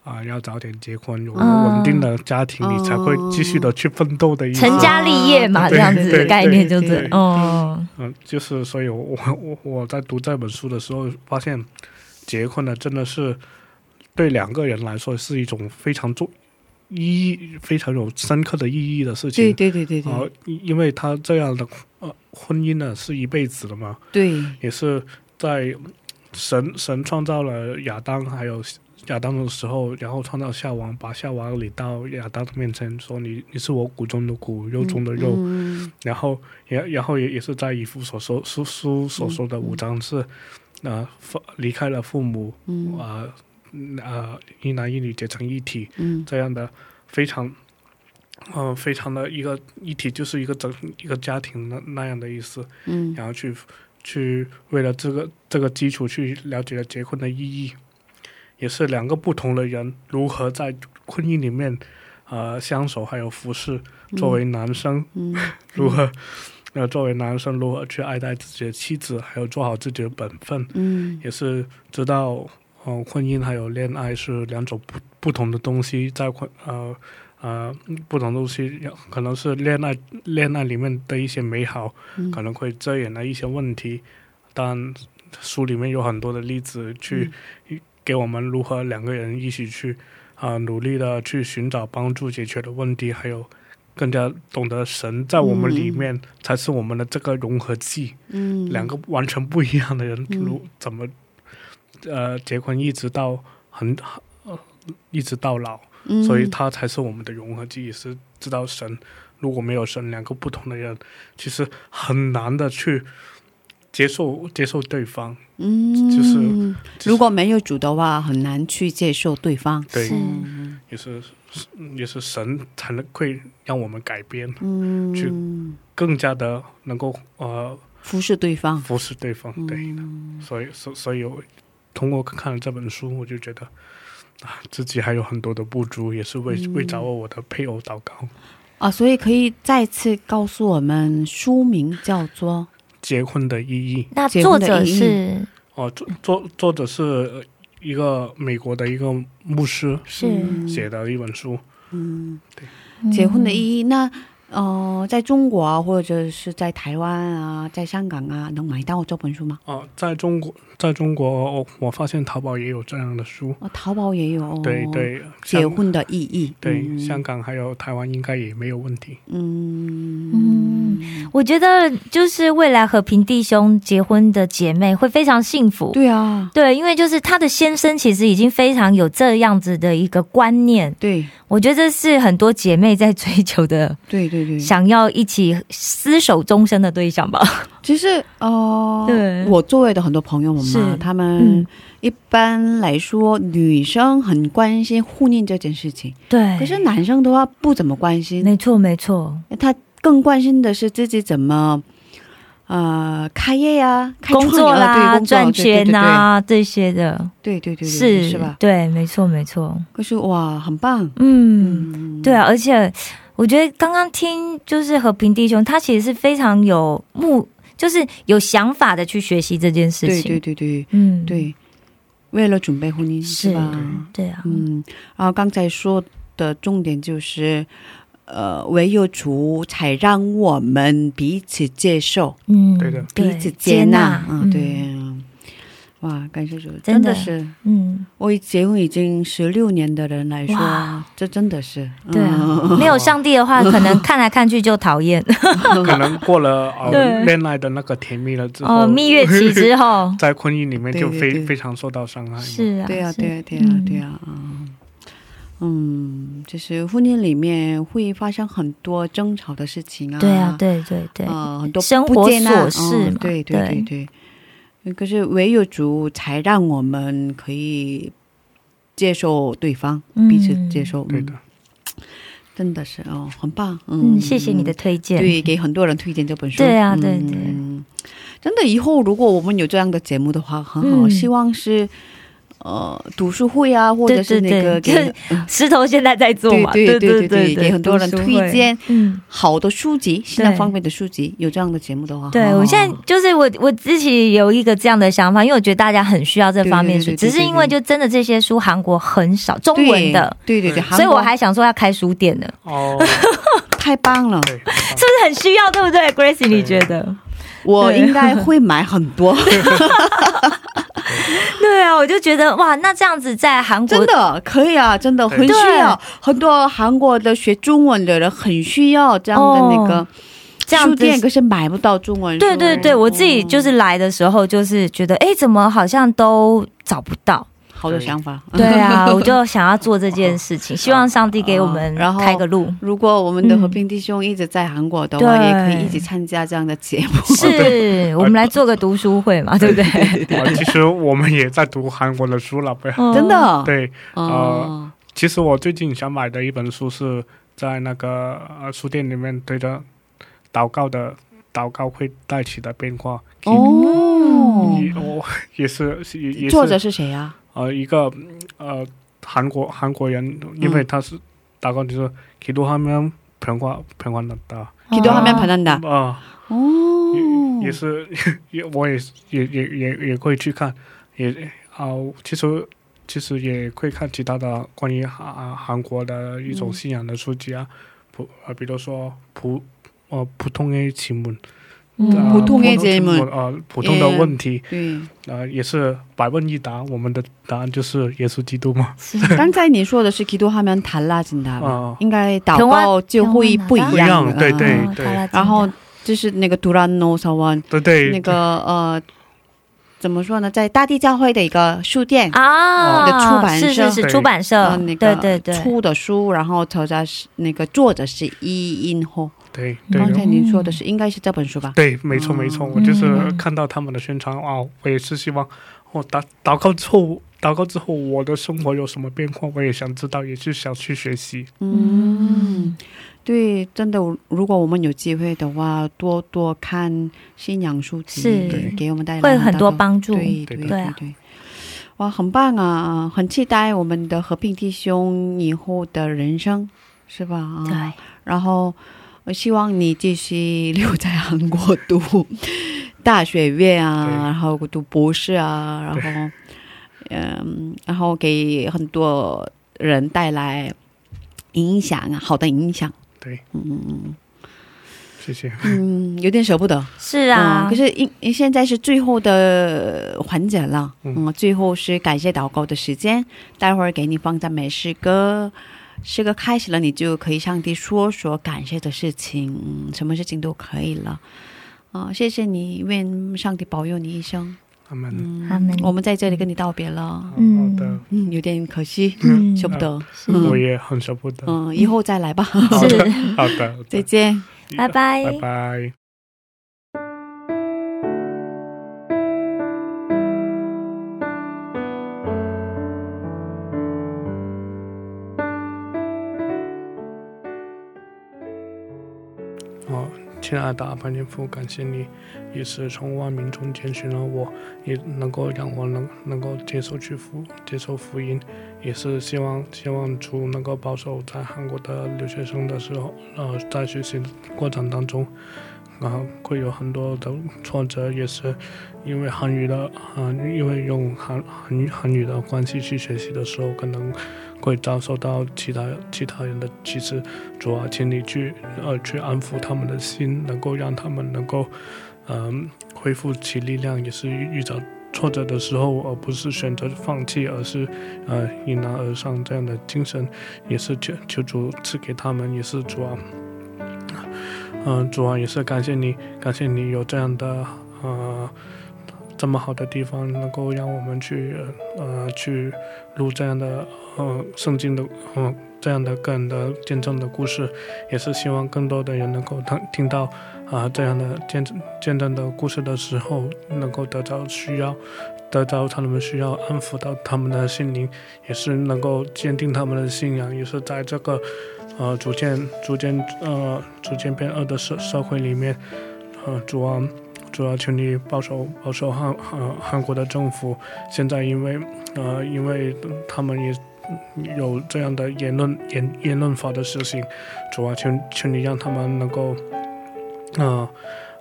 Speaker 4: 啊，要早点结婚，有
Speaker 3: 嗯
Speaker 4: 了稳定的家庭，你才会继续的去奋斗的一个。
Speaker 3: 哦成家立业嘛，
Speaker 4: 啊
Speaker 3: 这样子
Speaker 4: 对
Speaker 3: 的
Speaker 4: 对
Speaker 3: 概念就
Speaker 2: 对对
Speaker 3: 是
Speaker 4: 对，
Speaker 3: 哦，
Speaker 4: 嗯，就是所以我，我我我在读这本书的时候，发现结婚呢，真的是对两个人来说是一种非常重意义、非常有深刻的意义的事
Speaker 2: 对
Speaker 4: 情。
Speaker 2: 对对对对、
Speaker 4: 啊、因因为他这样的呃婚姻呢是一辈子的嘛，
Speaker 2: 对，
Speaker 4: 也是在神神创造了亚当还有亚当的时候，然后创造夏娃，把夏娃领到亚当的面前，说你你是我骨中的骨，肉中的肉。
Speaker 2: 嗯
Speaker 4: 然后也然后也也是在以父所说书书所说的五章是，呃，父离开了父母，
Speaker 2: 嗯
Speaker 4: 呃嗯呃，一男一女结成一体
Speaker 2: 嗯
Speaker 4: 这样的非常，呃，非常的一个一体就是一个整一个家庭那那样的意思，
Speaker 2: 嗯
Speaker 4: 然后去去为了这个这个基础去了解了结婚的意义，也是两个不同的人如何在婚姻里面，呃，相守还有服侍。作为男生，
Speaker 2: 嗯
Speaker 4: 如何，呃，作为男生如何去爱戴自己的妻子，还有做好自己的本分，
Speaker 2: 嗯
Speaker 4: 也是知道，呃，婚姻还有恋爱是两种不不同的东西，在婚呃呃不同的东西，可能是恋爱恋爱里面的一些美好，
Speaker 2: 嗯
Speaker 4: 可能会遮掩了一些问题，但书里面有很多的例子去给我们如何两个人一起去啊、努力的去寻找帮助解决的问题，还有更加懂得神在我们里面、才是我们的这个融合剂，
Speaker 2: 嗯，
Speaker 4: 两个完全不一样的人
Speaker 2: 嗯
Speaker 4: 如怎么呃结婚一直到很呃一直到老，
Speaker 2: 嗯，
Speaker 4: 所以它才是我们的融合剂，也是知道神。如果没有神，两个不同的人其实很难的去接受接受对方。
Speaker 2: 嗯，
Speaker 4: 就是就是
Speaker 2: 如果没有主的话，很难去接受对方。
Speaker 4: 对，
Speaker 2: 嗯
Speaker 4: 也是也是神才能会让我们改变，去
Speaker 2: 嗯，
Speaker 4: 更加的能够呃
Speaker 2: 服侍对方。嗯
Speaker 4: 服侍对方。对，所以所所以我通过看了这本书，我就觉得啊，自己还有很多的不足，也是为、
Speaker 2: 嗯
Speaker 4: 为找我的配偶祷告。
Speaker 2: 啊，所以可以再次告诉我们书名叫做
Speaker 4: 结婚的意义
Speaker 3: 那
Speaker 2: 结
Speaker 3: 作
Speaker 2: 婚的
Speaker 3: 者
Speaker 2: 意义嗯
Speaker 3: 是
Speaker 4: 哦，作作作者是呃一个美国的一个牧师
Speaker 3: 是、
Speaker 4: 写的一本书，
Speaker 2: 嗯结婚的意义。那呃，在中国啊，或者是在台湾啊，在香港啊，能买到这本书吗？
Speaker 4: 哦，在中国，在中国，我我发现淘宝也有这样的书，
Speaker 2: 哦，淘宝也有。哦
Speaker 4: 对。对，像
Speaker 2: 结婚的意义。
Speaker 4: 对
Speaker 2: 嗯
Speaker 4: 香港还有台湾应该也没有问题。
Speaker 2: 嗯
Speaker 3: 我觉得就是未来和平弟兄结婚的姐妹会非常幸福。
Speaker 2: 对啊，
Speaker 3: 对，因为就是她的先生其实已经非常有这样子的一个观念，
Speaker 2: 对
Speaker 3: 我觉得这是很多姐妹在追求的，
Speaker 2: 对对对。
Speaker 3: 想要一起厮守终身的对象吧。
Speaker 2: 其实哦，
Speaker 3: 对
Speaker 2: 我周围的很多朋友们嘛
Speaker 3: 是，
Speaker 2: 他们
Speaker 3: 嗯
Speaker 2: 一般来说，女生很关心婚姻这件事情，
Speaker 3: 对
Speaker 2: 可是男生的话不怎么关心。
Speaker 3: 没错没错，
Speaker 2: 他更关心的是自己怎么，呃，开业呀、开创
Speaker 3: 工作
Speaker 2: 呀对
Speaker 3: 啦、
Speaker 2: 工作
Speaker 3: 赚钱呐、这些的，
Speaker 2: 对对对对对对
Speaker 3: 是
Speaker 2: 是吧？
Speaker 3: 对，没错没错，
Speaker 2: 可是哇，很棒，
Speaker 3: 嗯对啊，而且我觉得刚刚听就是和平弟兄，他其实是非常有目，就是有想法的去学习这件事
Speaker 2: 对
Speaker 3: 情。
Speaker 2: 对对对
Speaker 3: 嗯，
Speaker 2: 对，为了准备婚姻
Speaker 3: 是
Speaker 2: 吧？
Speaker 3: 对啊，
Speaker 2: 嗯，然后刚才说的重点就是。呃，唯有主才让我们彼此接受、
Speaker 3: 嗯，
Speaker 4: 对的
Speaker 2: 彼此接纳。嗯，对。哇，感谢主，
Speaker 3: 真
Speaker 2: 真
Speaker 3: 的
Speaker 2: 的是
Speaker 3: 嗯，
Speaker 2: 为结婚已经十六年的人来说
Speaker 3: 哇，
Speaker 2: 这真的是嗯
Speaker 3: 对 啊，没有上帝的话，可能看来看去就讨厌。
Speaker 4: 可能过了 呃
Speaker 3: 对
Speaker 4: 恋爱的那个甜蜜了之后，
Speaker 3: 哦，蜜月期之 后
Speaker 4: 在婚姻里面就
Speaker 2: 对
Speaker 4: 非
Speaker 2: 对对
Speaker 4: 非常受到伤害嘛。
Speaker 3: 是啊，
Speaker 2: 对呀、
Speaker 3: 是
Speaker 2: 对呀、对呀、对呀、嗯嗯，就是婚姻里面会发生很多争吵的事情啊，
Speaker 3: 对啊，对对对，
Speaker 2: 啊、很多
Speaker 3: 生
Speaker 2: 不
Speaker 3: 活
Speaker 2: 接纳
Speaker 3: 琐事
Speaker 2: 嗯
Speaker 3: 嘛
Speaker 2: 对对
Speaker 3: 对
Speaker 2: 对对。嗯可是唯有主才让我们可以接受对方，
Speaker 3: 嗯
Speaker 2: 彼此接受，
Speaker 4: 对
Speaker 2: 嗯
Speaker 4: 的，
Speaker 2: 真的是哦，很棒，
Speaker 3: 嗯，谢谢你的推荐。
Speaker 2: 对，给很多人推荐这本书。
Speaker 3: 对啊对对
Speaker 2: 嗯，真的，以后如果我们有这样的节目的话，很好。
Speaker 3: 嗯
Speaker 2: 希望是呃读书会啊，或者是
Speaker 3: 对
Speaker 2: 那
Speaker 3: 对
Speaker 2: 个给
Speaker 3: 对就是 石头现在在做嘛，
Speaker 2: 对
Speaker 3: 对
Speaker 2: 对对
Speaker 3: 对
Speaker 2: 对给很多人
Speaker 3: 读书
Speaker 2: 推
Speaker 3: 会
Speaker 2: 荐
Speaker 3: 嗯。
Speaker 2: 好的书籍，现在
Speaker 3: 对
Speaker 2: 方面的书籍，有这样的节目的话，
Speaker 3: 对，
Speaker 2: 很好
Speaker 3: 我现在就是我我自己有一个这样的想法，因为我觉得大家很需要这方面的书，
Speaker 2: 对对对对
Speaker 3: 只是因为就真的这些书韩国很少中文的，，
Speaker 2: 对对对对，
Speaker 3: 所以我
Speaker 2: 韩
Speaker 3: 还想说要开书店呢，
Speaker 2: 嗯
Speaker 4: 哦，
Speaker 2: 国太棒了，
Speaker 4: 对，
Speaker 3: 是不是很需要？对不对，Gracie？你觉得？
Speaker 2: 我应该会买很 多，
Speaker 3: 对啊，我就觉得哇，那这样子在韩国
Speaker 2: 真的可以啊，真的很需要，很多韩国的学中文的人很需要这样的那个。
Speaker 3: 哦这样
Speaker 2: 书
Speaker 3: 子
Speaker 2: 店可是买不到中文书。嗯
Speaker 3: 对对对，我自己就是来的时候，就是觉得，哎，怎么好像都找不到？
Speaker 2: 好的想法。
Speaker 3: 对啊， 我就想要做这件事情，希望上帝给我们
Speaker 2: 哦然后
Speaker 3: 开个 路。
Speaker 2: 如果我们的
Speaker 3: 嗯
Speaker 2: 和平弟兄一直在韩国的话，
Speaker 3: 对
Speaker 2: 也可以一起参加这样的节目。
Speaker 3: 是我们来做个读书会嘛， 对不对？
Speaker 4: 啊其实我们也在读韩国的书了，不要。
Speaker 3: 嗯
Speaker 2: 真的
Speaker 4: 对，呃
Speaker 2: 哦，
Speaker 4: 其实我最近想买的一本书是在那个呃书店里面对着祷告的祷告会带起的变化。
Speaker 2: 哦，
Speaker 4: 也我也是是也也
Speaker 2: 作者
Speaker 4: 是
Speaker 2: 是谁啊呀？
Speaker 4: 呃一个呃韩国韩国人，因
Speaker 2: 嗯
Speaker 4: 为他是祷告就是기도하면변화변화났다
Speaker 2: 哦
Speaker 3: 哦
Speaker 2: 기도하면변한다。
Speaker 4: 啊，
Speaker 2: 哦
Speaker 4: 也，也是 也我也是也也也也会去看，也啊、其实其实也会看其他的关于韩、啊韩国的一种信仰的书籍啊，普啊比如说普呃普通的질문，啊
Speaker 2: 嗯普通的
Speaker 3: 嗯
Speaker 2: 질문
Speaker 4: 啊普通的问题
Speaker 2: 对，
Speaker 4: 啊、也是百问一答，我们的答案就是耶稣基督嘛，
Speaker 2: 刚才你说的是기도하면달라진다吧，
Speaker 4: 啊、
Speaker 2: 应该祷告就会不一
Speaker 4: 不一
Speaker 2: 样
Speaker 4: 样
Speaker 2: 了。
Speaker 4: 对对
Speaker 2: 嗯然后就是那个杜兰诺萨湾，
Speaker 4: 对对，
Speaker 2: 那个呃，怎么说呢，在大地教会的一个书店
Speaker 3: 啊，
Speaker 2: 的哦出版社
Speaker 3: 是是是
Speaker 4: 对
Speaker 3: 出版社
Speaker 2: 呃，那个
Speaker 3: 对对对，
Speaker 2: 出的书，然后作家是那个作者是伊英后，
Speaker 4: 对对
Speaker 2: 刚
Speaker 4: 的。
Speaker 2: 才您说的是应该是这本书吧？
Speaker 4: 对，没错没错，我就是
Speaker 3: 嗯
Speaker 4: 看到他们的宣传啊，我也是希望，哦我、祷祷告之后，祷告之后我的生活有什么变化，我也想知道，也是想去学习。
Speaker 2: 嗯，对，真的，如果我们有机会的话，多多看信仰书籍，
Speaker 3: 是
Speaker 2: 对给我们带来
Speaker 3: 会很
Speaker 2: 大
Speaker 3: 多
Speaker 2: 的
Speaker 3: 帮助。
Speaker 2: 对
Speaker 4: 对
Speaker 2: 对
Speaker 3: 对
Speaker 4: 的
Speaker 2: 对
Speaker 3: 啊
Speaker 2: 对。哇，很棒啊！很期待我们的和平弟兄以后的人生，是吧？啊，
Speaker 3: 对，
Speaker 2: 然后我希望你继续留在韩国读大学院啊
Speaker 4: 对，
Speaker 2: 然后读博士啊，然后嗯，然后给很多人带来影响啊，好的影响。
Speaker 4: 对，
Speaker 2: 嗯嗯嗯
Speaker 4: 谢谢。
Speaker 2: 嗯，有点舍不得
Speaker 3: 是啊，
Speaker 2: 嗯可是因因现在是最后的环节了，
Speaker 4: 嗯
Speaker 2: 嗯，最后是感谢祷告的时间，待会儿给你放赞美诗歌，诗歌开始了，你就可以向地说说感谢的事情，嗯，什么事情都可以了。啊、谢谢你，愿上帝保佑你一生。
Speaker 4: 他们，
Speaker 3: 他们
Speaker 2: 我们在这里跟你道别了，
Speaker 4: 好的，
Speaker 2: 嗯，有点可惜，
Speaker 3: 嗯
Speaker 2: 舍不得，
Speaker 4: 我
Speaker 2: 嗯
Speaker 4: 也很舍不得。
Speaker 2: 嗯，以后再来吧，
Speaker 4: 好 的
Speaker 3: 是，
Speaker 4: 好的，好的
Speaker 2: 再见。
Speaker 3: 拜拜
Speaker 4: 拜拜。哦，亲爱的阿爸天父，感谢你也是从万民中拣选了我，也能够让我能能够接受去福接受福音，也是希望希望主能够保守在韩国的留学生的时候，呃，在学习过程当中，然后会有很多的挫折，也是因为韩语的啊、呃因为用韩韩语韩语的关系去学习的时候，可能会遭受到其他其他人的歧视。主啊，请你去呃去安抚他们的心，能够让他们能够嗯、恢复其力量，也是遇遇到挫折的时候，而不是选择放弃，而是呃迎难而上这样的精神，也是求求主赐给他们，也是主啊。嗯、主啊，也是感谢你，感谢你有这样的呃这么好的地方，能够让我们去呃去录这样的呃圣经的呃这样的个人的见证的故事，也是希望更多的人能够听听到啊、这样的见证见证的故事的时候，能够得到需要。得到他们需要安抚到他们的心灵，也是能够坚定他们的信仰，也是在这个呃，逐渐逐渐呃，逐渐变恶的社社会里面，呃，主啊，主要求你保守保守韩呃韩国的政府。现在因为呃，因为他们也有这样的言论言言论法的实行，主啊，求求你让他们能够，呃，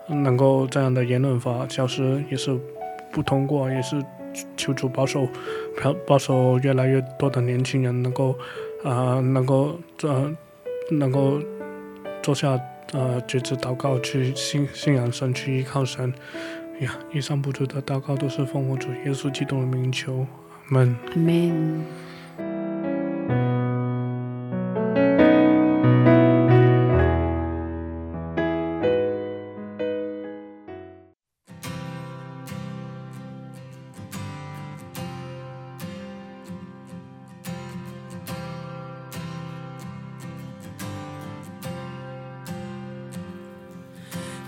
Speaker 4: 能够这样的言论法消失，也是不通过，也是求主保守保保守越来越多的年轻人能够。啊，能够呃能够坐下呃觉知祷告，去信信仰神，去依靠神。呀，以上不足的祷告都是奉我主耶稣基督的名求，阿门。
Speaker 2: Amen.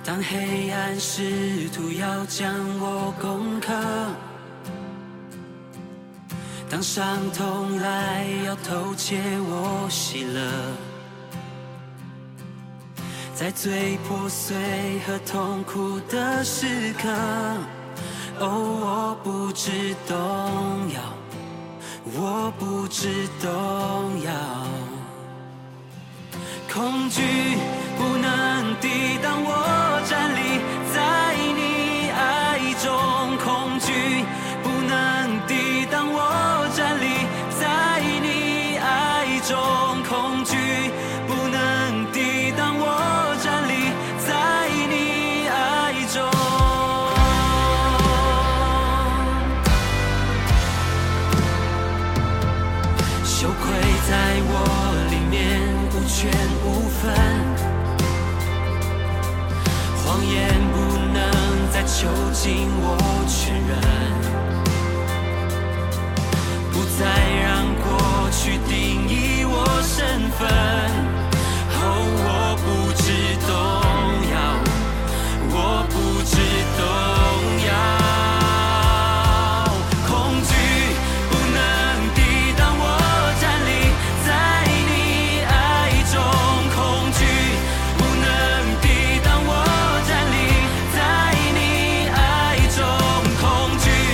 Speaker 5: 当黑暗试图要将我攻克，当伤痛来要偷窃我喜乐，在最破碎和痛苦的时刻，哦，我不知动摇，我不知动摇。恐惧不能抵挡我站立在你爱中，恐惧不能抵挡我站立在你爱中，恐惧不能抵挡我站立在你爱中。羞愧在我里面无权无分，谎言不能再囚禁我全人，不再让过去定义我身份。哦，我不知动摇，我不知动摇。恐惧不能抵挡我站立在你爱中，恐惧不能抵挡我站立在你爱中。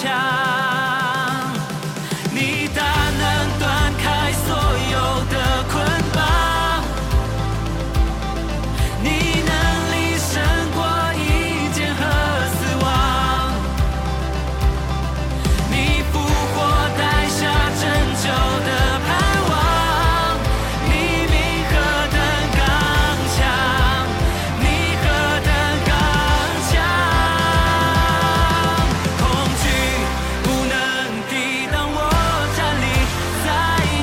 Speaker 5: 强。你大能断开所有的捆绑，你能力胜过一切和死亡。你复活带下拯救的盼望，你命何等刚强，你何等刚强，恐惧不能抵挡我站立在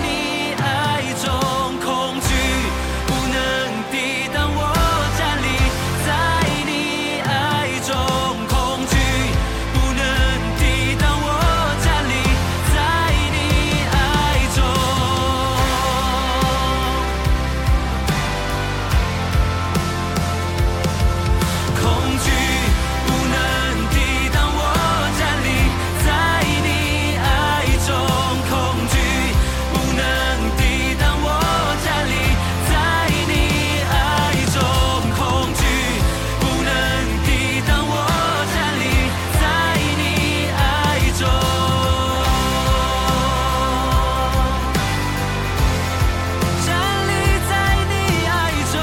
Speaker 5: 你爱中，恐惧不能抵挡我站立在你爱中，恐惧不能抵挡我站立在你爱中。恐惧不能抵挡我站立在你爱中，恐惧不能抵挡我站立在你爱中，恐惧不能抵挡我站立在你爱中。站立在你爱中。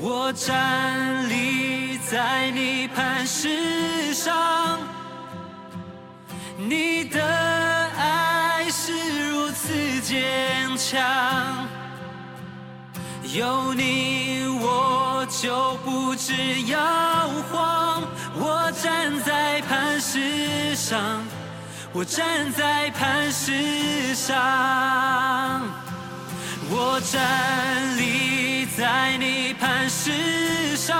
Speaker 5: 我站立在你磐石上，你的爱是如此坚强，有你我就不知摇晃。我站在磐石上，我站在磐石上。我站立在你磐石上，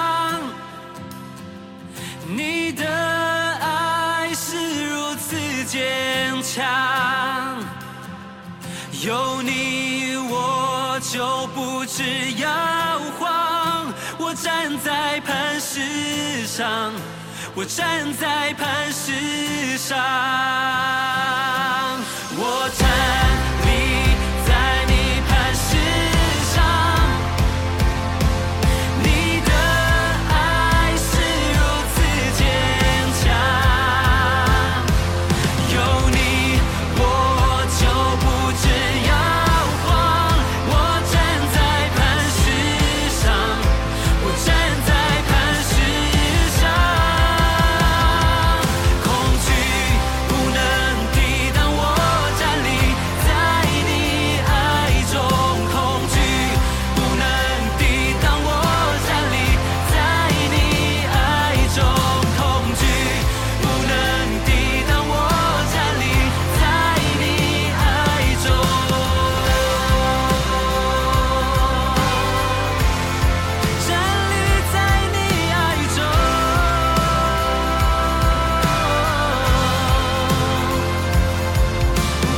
Speaker 5: 你的爱是如此坚强，有你我就不知摇晃。我站在磐石上，我站在磐石上，我站立在你磐石上。你的爱是如此坚强，有你我就不知摇晃。我站在磐石上，我站在磐石上，恐惧不能抵挡我站立在你爱中，恐惧不能抵挡我站立在你爱中，恐惧不能抵挡我站立在你爱中，站立在你爱中。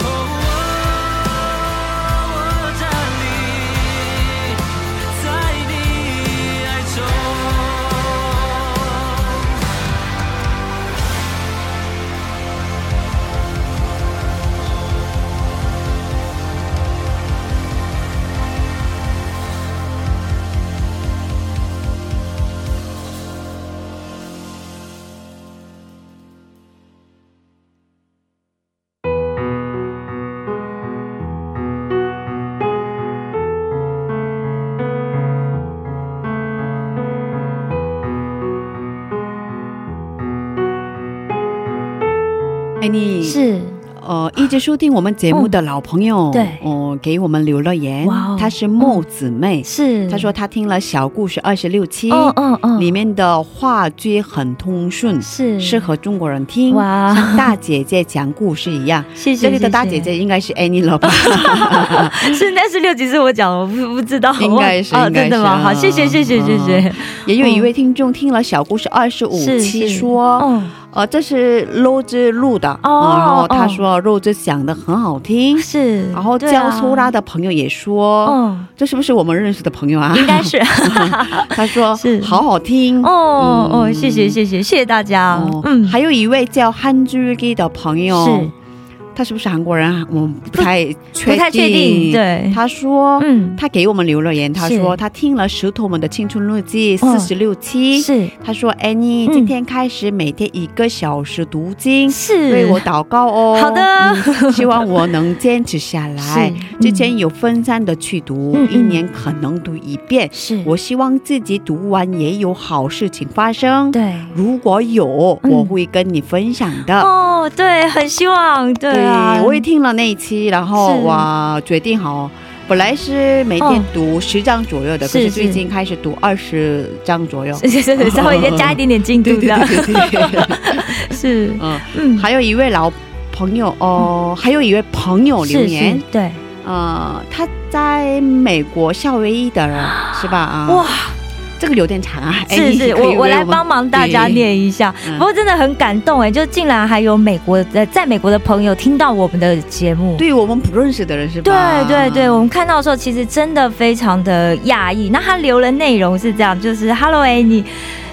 Speaker 5: 哦，我站立在你爱中。
Speaker 2: 哎，你
Speaker 3: 是
Speaker 2: 呃一直收听我们节目的老朋友，
Speaker 3: 对
Speaker 2: 哦、给我们留了言，
Speaker 3: 哇哦嗯
Speaker 2: 她是木姊妹，
Speaker 3: 是，
Speaker 2: 她说她听了小故事二十六期，
Speaker 3: 嗯嗯嗯，
Speaker 2: 里面的话剧很通顺，
Speaker 3: 是
Speaker 2: 适合中国人听，
Speaker 3: 哇
Speaker 2: 像大姐姐讲故事一样。
Speaker 3: 谢谢
Speaker 2: 这里的
Speaker 3: 谢
Speaker 2: 大
Speaker 3: 谢
Speaker 2: 姐姐应该是 Annie 了吧？
Speaker 3: 是那是六级是我讲的，我不不知道，
Speaker 2: 应该是
Speaker 3: 我忘
Speaker 2: 应该
Speaker 3: 哦，真的吗？
Speaker 2: 是嗯
Speaker 3: 好，谢谢谢谢谢谢，
Speaker 2: 也有一位听众听了小故事二十五
Speaker 3: 哦是
Speaker 2: 期
Speaker 3: 是
Speaker 2: 说，
Speaker 3: 哦
Speaker 2: 呃，这是肉汁录的，嗯
Speaker 3: 哦
Speaker 2: 然后他说肉汁讲的很好听，
Speaker 3: 是，
Speaker 2: 然后
Speaker 3: 对
Speaker 2: 教
Speaker 3: 啊
Speaker 2: 苏拉，的哦朋友也说，
Speaker 3: 嗯，
Speaker 2: 这是不是我们认识的朋友啊？
Speaker 3: 应该是，
Speaker 2: 他说
Speaker 3: 是
Speaker 2: 好好听
Speaker 3: 哦哦，谢
Speaker 2: 谢。
Speaker 3: 谢谢谢谢谢大家
Speaker 2: 嗯哦，，
Speaker 3: 嗯，
Speaker 2: 还有一位叫汉居基的朋友，
Speaker 3: 是
Speaker 2: 他是不是韩国人啊？我们不太确
Speaker 3: 不太确定，对，
Speaker 2: 他说，
Speaker 3: 嗯，
Speaker 2: 他给我们留了言，他
Speaker 3: 是
Speaker 2: 说他听了石头们的青春日记
Speaker 3: 嗯
Speaker 2: 四十六期，
Speaker 3: 是
Speaker 2: 他说：“Annie，、
Speaker 3: 嗯
Speaker 2: 今天开始每天一个小时读经，
Speaker 3: 是
Speaker 2: 为我祷告哦。
Speaker 3: 好的
Speaker 2: 嗯 希望我能坚持下来。
Speaker 3: 是嗯
Speaker 2: 之前有分散的去读，
Speaker 3: 嗯嗯
Speaker 2: 一年可能读一遍。
Speaker 3: 是
Speaker 2: 我希望自己读完也有好事情发生。
Speaker 3: 对。
Speaker 2: 如果有，
Speaker 3: 嗯
Speaker 2: 我会跟你分享的。
Speaker 3: 哦，对，很希望，对啊，
Speaker 2: 我也听了那一期，然后
Speaker 3: 是
Speaker 2: 我决定好。”本来是每天
Speaker 3: 哦
Speaker 2: 读十章左右的，可
Speaker 3: 是
Speaker 2: 是
Speaker 3: 是
Speaker 2: 最近开始读二十章左右。
Speaker 3: 是是是， 稍微再加一点点进度
Speaker 2: 对对
Speaker 3: 的，
Speaker 2: 对对对。
Speaker 3: 是，
Speaker 2: 嗯，
Speaker 3: 嗯，
Speaker 2: 还有一位老朋友哦，还有一位朋友留
Speaker 3: 是嗯是
Speaker 2: 言，，
Speaker 3: 对，
Speaker 2: 呃，他在美国夏威夷的人是吧？啊，
Speaker 3: 哇，，
Speaker 2: 这个有点长啊，哎
Speaker 3: 是
Speaker 2: 你
Speaker 3: 是，
Speaker 2: 可以
Speaker 3: 我
Speaker 2: 为
Speaker 3: 我
Speaker 2: 我
Speaker 3: 来
Speaker 2: 们
Speaker 3: 帮忙大家
Speaker 2: 对
Speaker 3: 念一下。
Speaker 2: 嗯
Speaker 3: 不过真的很感动哎，就竟然还有美国的在美国的朋友听到我们的节目。
Speaker 2: 对于我们不认识的人是
Speaker 3: 对
Speaker 2: 吧？
Speaker 3: 对对，我们看到的时候，其实真的非常的讶异。那他留了内容是这样，就是 “Hello A，你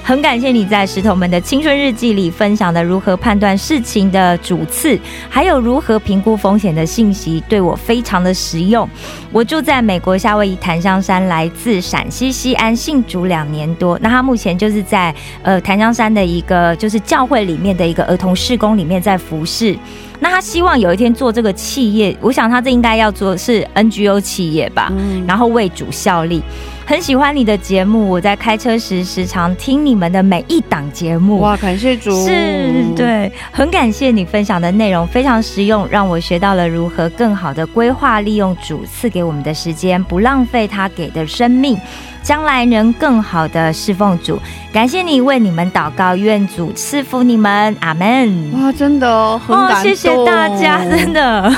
Speaker 3: 很感谢你在石头们的青春日记里分享的如何判断事情的主次，还有如何评估风险的信息，对我非常的实用。我住在美国夏威夷檀香山，来自陕西西安信主两年多。那他目前就是在呃檀香山的一个就是教会里面的一个儿童事工里面在服侍。那他希望有一天做这个企业，我想他这应该要做的是 NGO 企业吧，
Speaker 2: 嗯，
Speaker 3: 然后为主效力。很喜欢你的节目，我在开车时时常听你们的每一档节目。
Speaker 2: 哇，感谢主，
Speaker 3: 是，对，很感谢你分享的内容，非常实用，让我学到了如何更好的规划利用主赐给我们的时间，不浪费他给的生命，将来能更好的侍奉主。感谢你为你们祷告，愿主赐福你们，阿 门。
Speaker 2: 哇，真的很
Speaker 3: 哦
Speaker 2: 感动，，
Speaker 3: 谢谢大家，真的，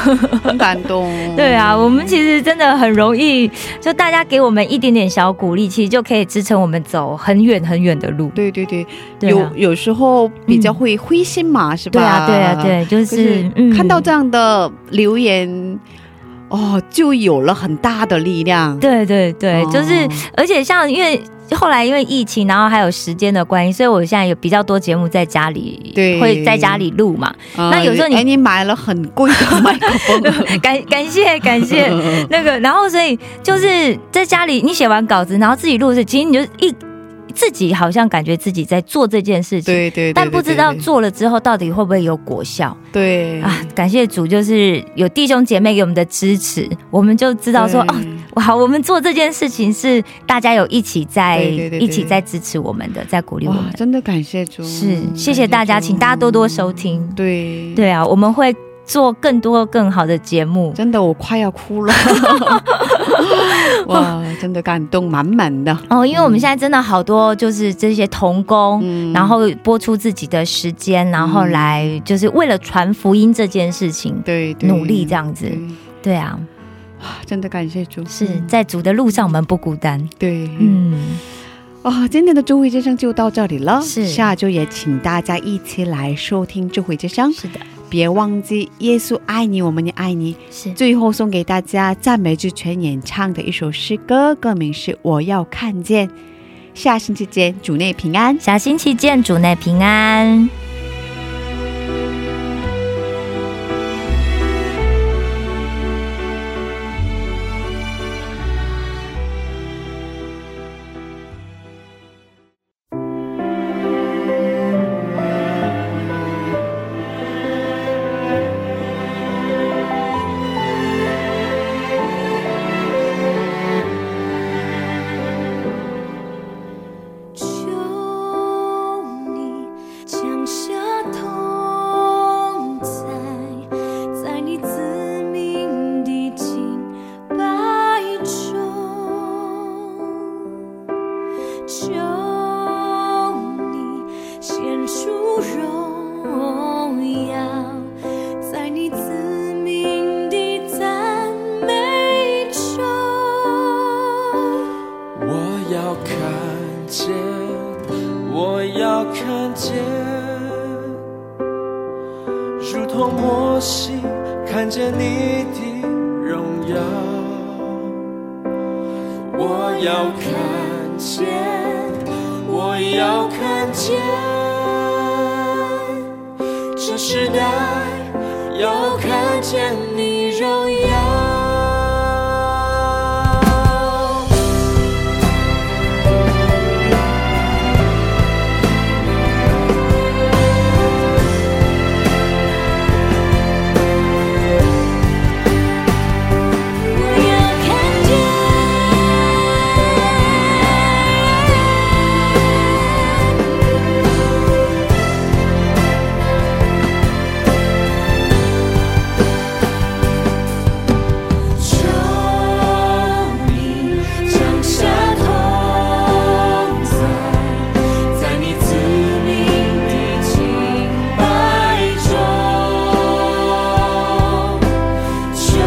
Speaker 2: 很感动，
Speaker 3: 对啊，我们其实真的很容易，就大家给我们一点点小鼓励，其实就可以支撑我们走很远很远的路。
Speaker 2: 对对对，
Speaker 3: 对啊
Speaker 2: 有有时候比较会灰心嘛，是吧？
Speaker 3: 对啊，对啊，。对，就
Speaker 2: 就
Speaker 3: 嗯
Speaker 2: 是是看到这样的留言，哦，就有了很大的力量。
Speaker 3: 对对对，
Speaker 2: 哦
Speaker 3: 就是而且像因为后来因为疫情，然后还有时间的关系，所以我现在有比较多节目在家里，
Speaker 2: 对
Speaker 3: 会在家里录嘛。
Speaker 2: 呃
Speaker 3: 那有时候你
Speaker 2: 哎，你买了很贵的麦克 风，
Speaker 3: 感感谢感 谢那个，然后所以就是在家里你写完稿子，然后自己录的时候，其实你就一自己好像感觉自己在做这件事情。
Speaker 2: 对对对，
Speaker 3: 但不
Speaker 2: 对
Speaker 3: 知道
Speaker 2: 对
Speaker 3: 做了之后到底会不会有果效
Speaker 2: 对
Speaker 3: 啊？感谢主，就是有弟兄姐妹给我们的支持，我们就知道说
Speaker 2: 对
Speaker 3: 哦，好，我们做这件事情是大家有一起在
Speaker 2: 对对对对
Speaker 3: 一起在支持我们的，在鼓励我
Speaker 2: 哇
Speaker 3: 们，，
Speaker 2: 真的感谢主，嗯
Speaker 3: 是谢谢大家，
Speaker 2: 感主
Speaker 3: 请大家多多收听。
Speaker 2: 对。
Speaker 3: 对啊，我们会做更多更好的节目。
Speaker 2: 真的，我快要哭 了，哇，真的感动满满的。
Speaker 3: 哦，因为我们现在真的好多就是这些童工，
Speaker 2: 嗯
Speaker 3: 然后播出自己的时间，然后来就是为了传福音这件事情
Speaker 2: 对，对
Speaker 3: 努力这样子。
Speaker 2: 对
Speaker 3: 对啊，
Speaker 2: 真的感谢主，嗯
Speaker 3: 是在主的路上我们不孤单。
Speaker 2: 对，
Speaker 3: 嗯，
Speaker 2: 哦，今天的智慧之声就到这里了。
Speaker 3: 是
Speaker 2: 下周也请大家一起来收听智慧之声。
Speaker 3: 嗯是的，
Speaker 2: 别忘记，耶稣爱你，我们也爱你。
Speaker 3: 是
Speaker 2: 最后送给大家赞美之泉演唱的一首诗歌，歌名是《我要看见》。下星期见，主内平安。
Speaker 3: 小星期见，主内平安。
Speaker 1: 求你降下同在，在你子民的敬拜中。求你显出荣耀，在你子民的赞美中。
Speaker 6: 我要看见，我要看见，
Speaker 5: 透我心，看见你的荣耀。我要看见，我要看见，这时代要看见你荣耀。
Speaker 1: 我要看见，
Speaker 5: 求你降下同在，在你子民的敬拜中。求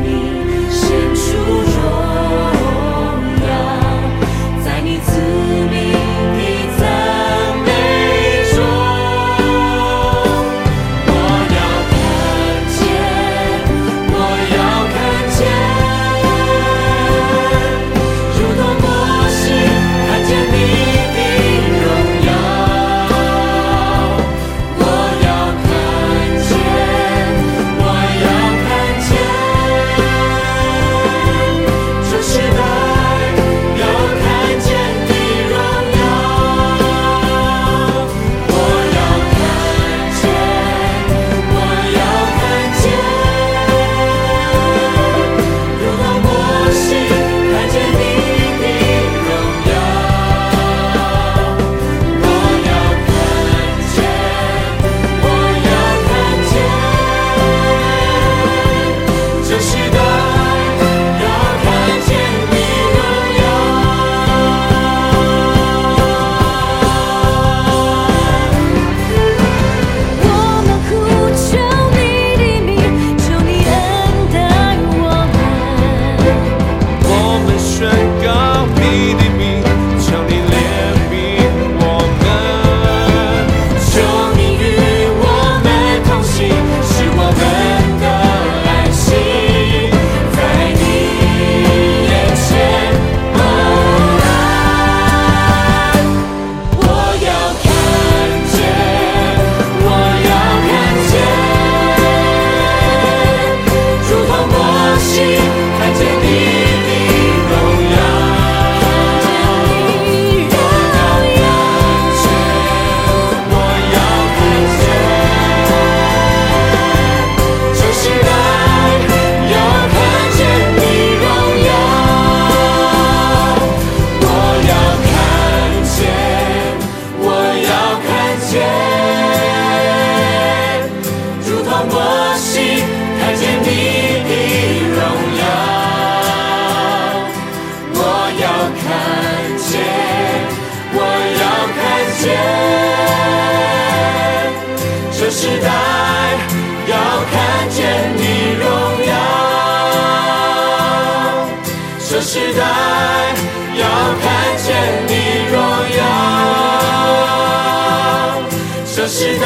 Speaker 5: 你显出荣耀，在你子民的赞美中。我要看见，我要看见，如同摩西看见你的荣耀。我要看见，我要看见，这时代要看见你荣耀。我要看见，我要看见，如同摩西看见你的荣耀。我要看见，我要看见，这时代要看见你荣耀。
Speaker 1: 我们呼求你的名，求你恩待我们。
Speaker 5: 我们宣告你的名，求你怜悯我们，求你与我们同行，是我们的安息，在你眼前偶然。我要看见，我要看见，如同摩西看见你的荣耀。我要看见，我要看见，这时代要看见你荣耀。我要看见，我要看见，如同摩西看见你的荣耀。我要看见，我要看见，这时代要看见你荣耀。这时代要看见你荣耀，这时代。